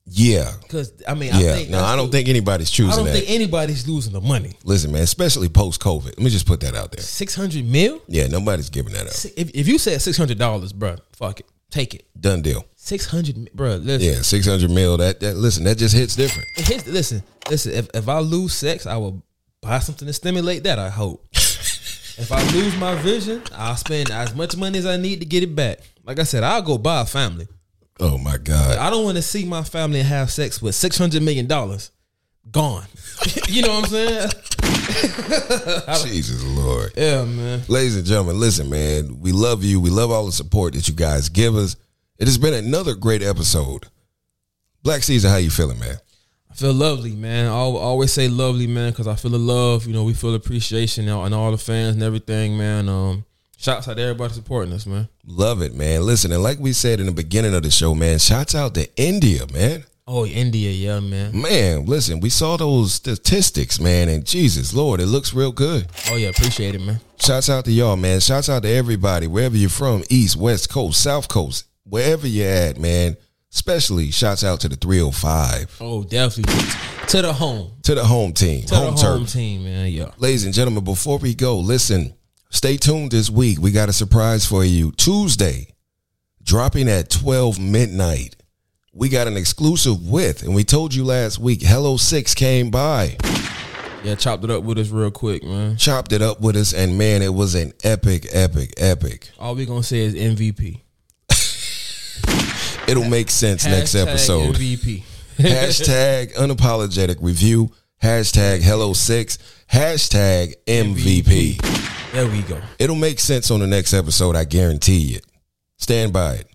Speaker 1: yeah,
Speaker 2: Because I mean, I
Speaker 1: yeah.
Speaker 2: think
Speaker 1: No, I don't think anybody's
Speaker 2: I
Speaker 1: choosing
Speaker 2: don't
Speaker 1: that.
Speaker 2: think anybody's losing the money.
Speaker 1: listen, man, especially post COVID. Let me just put that out there.
Speaker 2: Six hundred mil.
Speaker 1: Yeah, nobody's giving that up.
Speaker 2: Si- If, if you said six hundred dollars, bruh, fuck it, take it.
Speaker 1: Done deal.
Speaker 2: Six hundred, bruh. Listen,
Speaker 1: Yeah, six hundred mil. That that listen, that just hits different.
Speaker 2: Here's- listen, listen. If if I lose sex, I will buy something to stimulate that. I hope. if I lose my vision, I'll spend as much money as I need to get it back. Like I said, I'll go buy a family.
Speaker 1: Oh my god.
Speaker 2: I don't want to see my family have sex with six hundred million dollars gone. you know what I'm saying?
Speaker 1: Jesus Lord.
Speaker 2: Yeah, man.
Speaker 1: Ladies and gentlemen, listen, man. We love you. We love all the support that you guys give us. It has been another great episode. Black Caesar, how you feeling, man?
Speaker 2: I feel lovely, man. I al- always say lovely, man, because I feel the love. You know, we feel appreciation and and all the fans and everything, man. Um, shouts out to everybody supporting us, man.
Speaker 1: Love it, man. Listen, and like we said in the beginning of the show, man, shouts out to India, man.
Speaker 2: Oh, India, yeah, man.
Speaker 1: Man, listen, we saw those statistics, man, and Jesus Lord, it looks real good.
Speaker 2: Oh yeah, appreciate it, man.
Speaker 1: Shouts out to y'all, man. Shouts out to everybody, wherever you're from, East, West Coast, South Coast, wherever you're at, man. Especially shouts out to the 305,
Speaker 2: Oh, definitely to the home,
Speaker 1: to the home team,
Speaker 2: to
Speaker 1: home
Speaker 2: the
Speaker 1: turf.
Speaker 2: home team, man. Yeah,
Speaker 1: Ladies and gentlemen, before we go, listen, stay tuned this week. We got a surprise for you. Tuesday, dropping at 12 midnight. We got an exclusive with, and we told you last week, Hello Six came by,
Speaker 2: yeah. Chopped it up with us real quick, man.
Speaker 1: chopped it up with us, and man, it was an epic, epic, epic.
Speaker 2: All we gonna say is MVP.
Speaker 1: It'll make sense next
Speaker 2: Hashtag
Speaker 1: episode.
Speaker 2: MVP.
Speaker 1: hashtag unapologetic review, hashtag Hello Six, hashtag MVP.
Speaker 2: there we go.
Speaker 1: It'll make sense on the next episode, I guarantee it. Stand by it.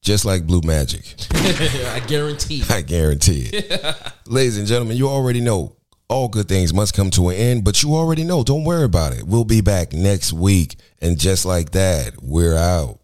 Speaker 1: Just like Blue Magic.
Speaker 2: I guarantee.
Speaker 1: I guarantee it. Ladies and gentlemen, you already know all good things must come to an end, but you already know. Don't worry about it. We'll be back next week. And just like that, we're out.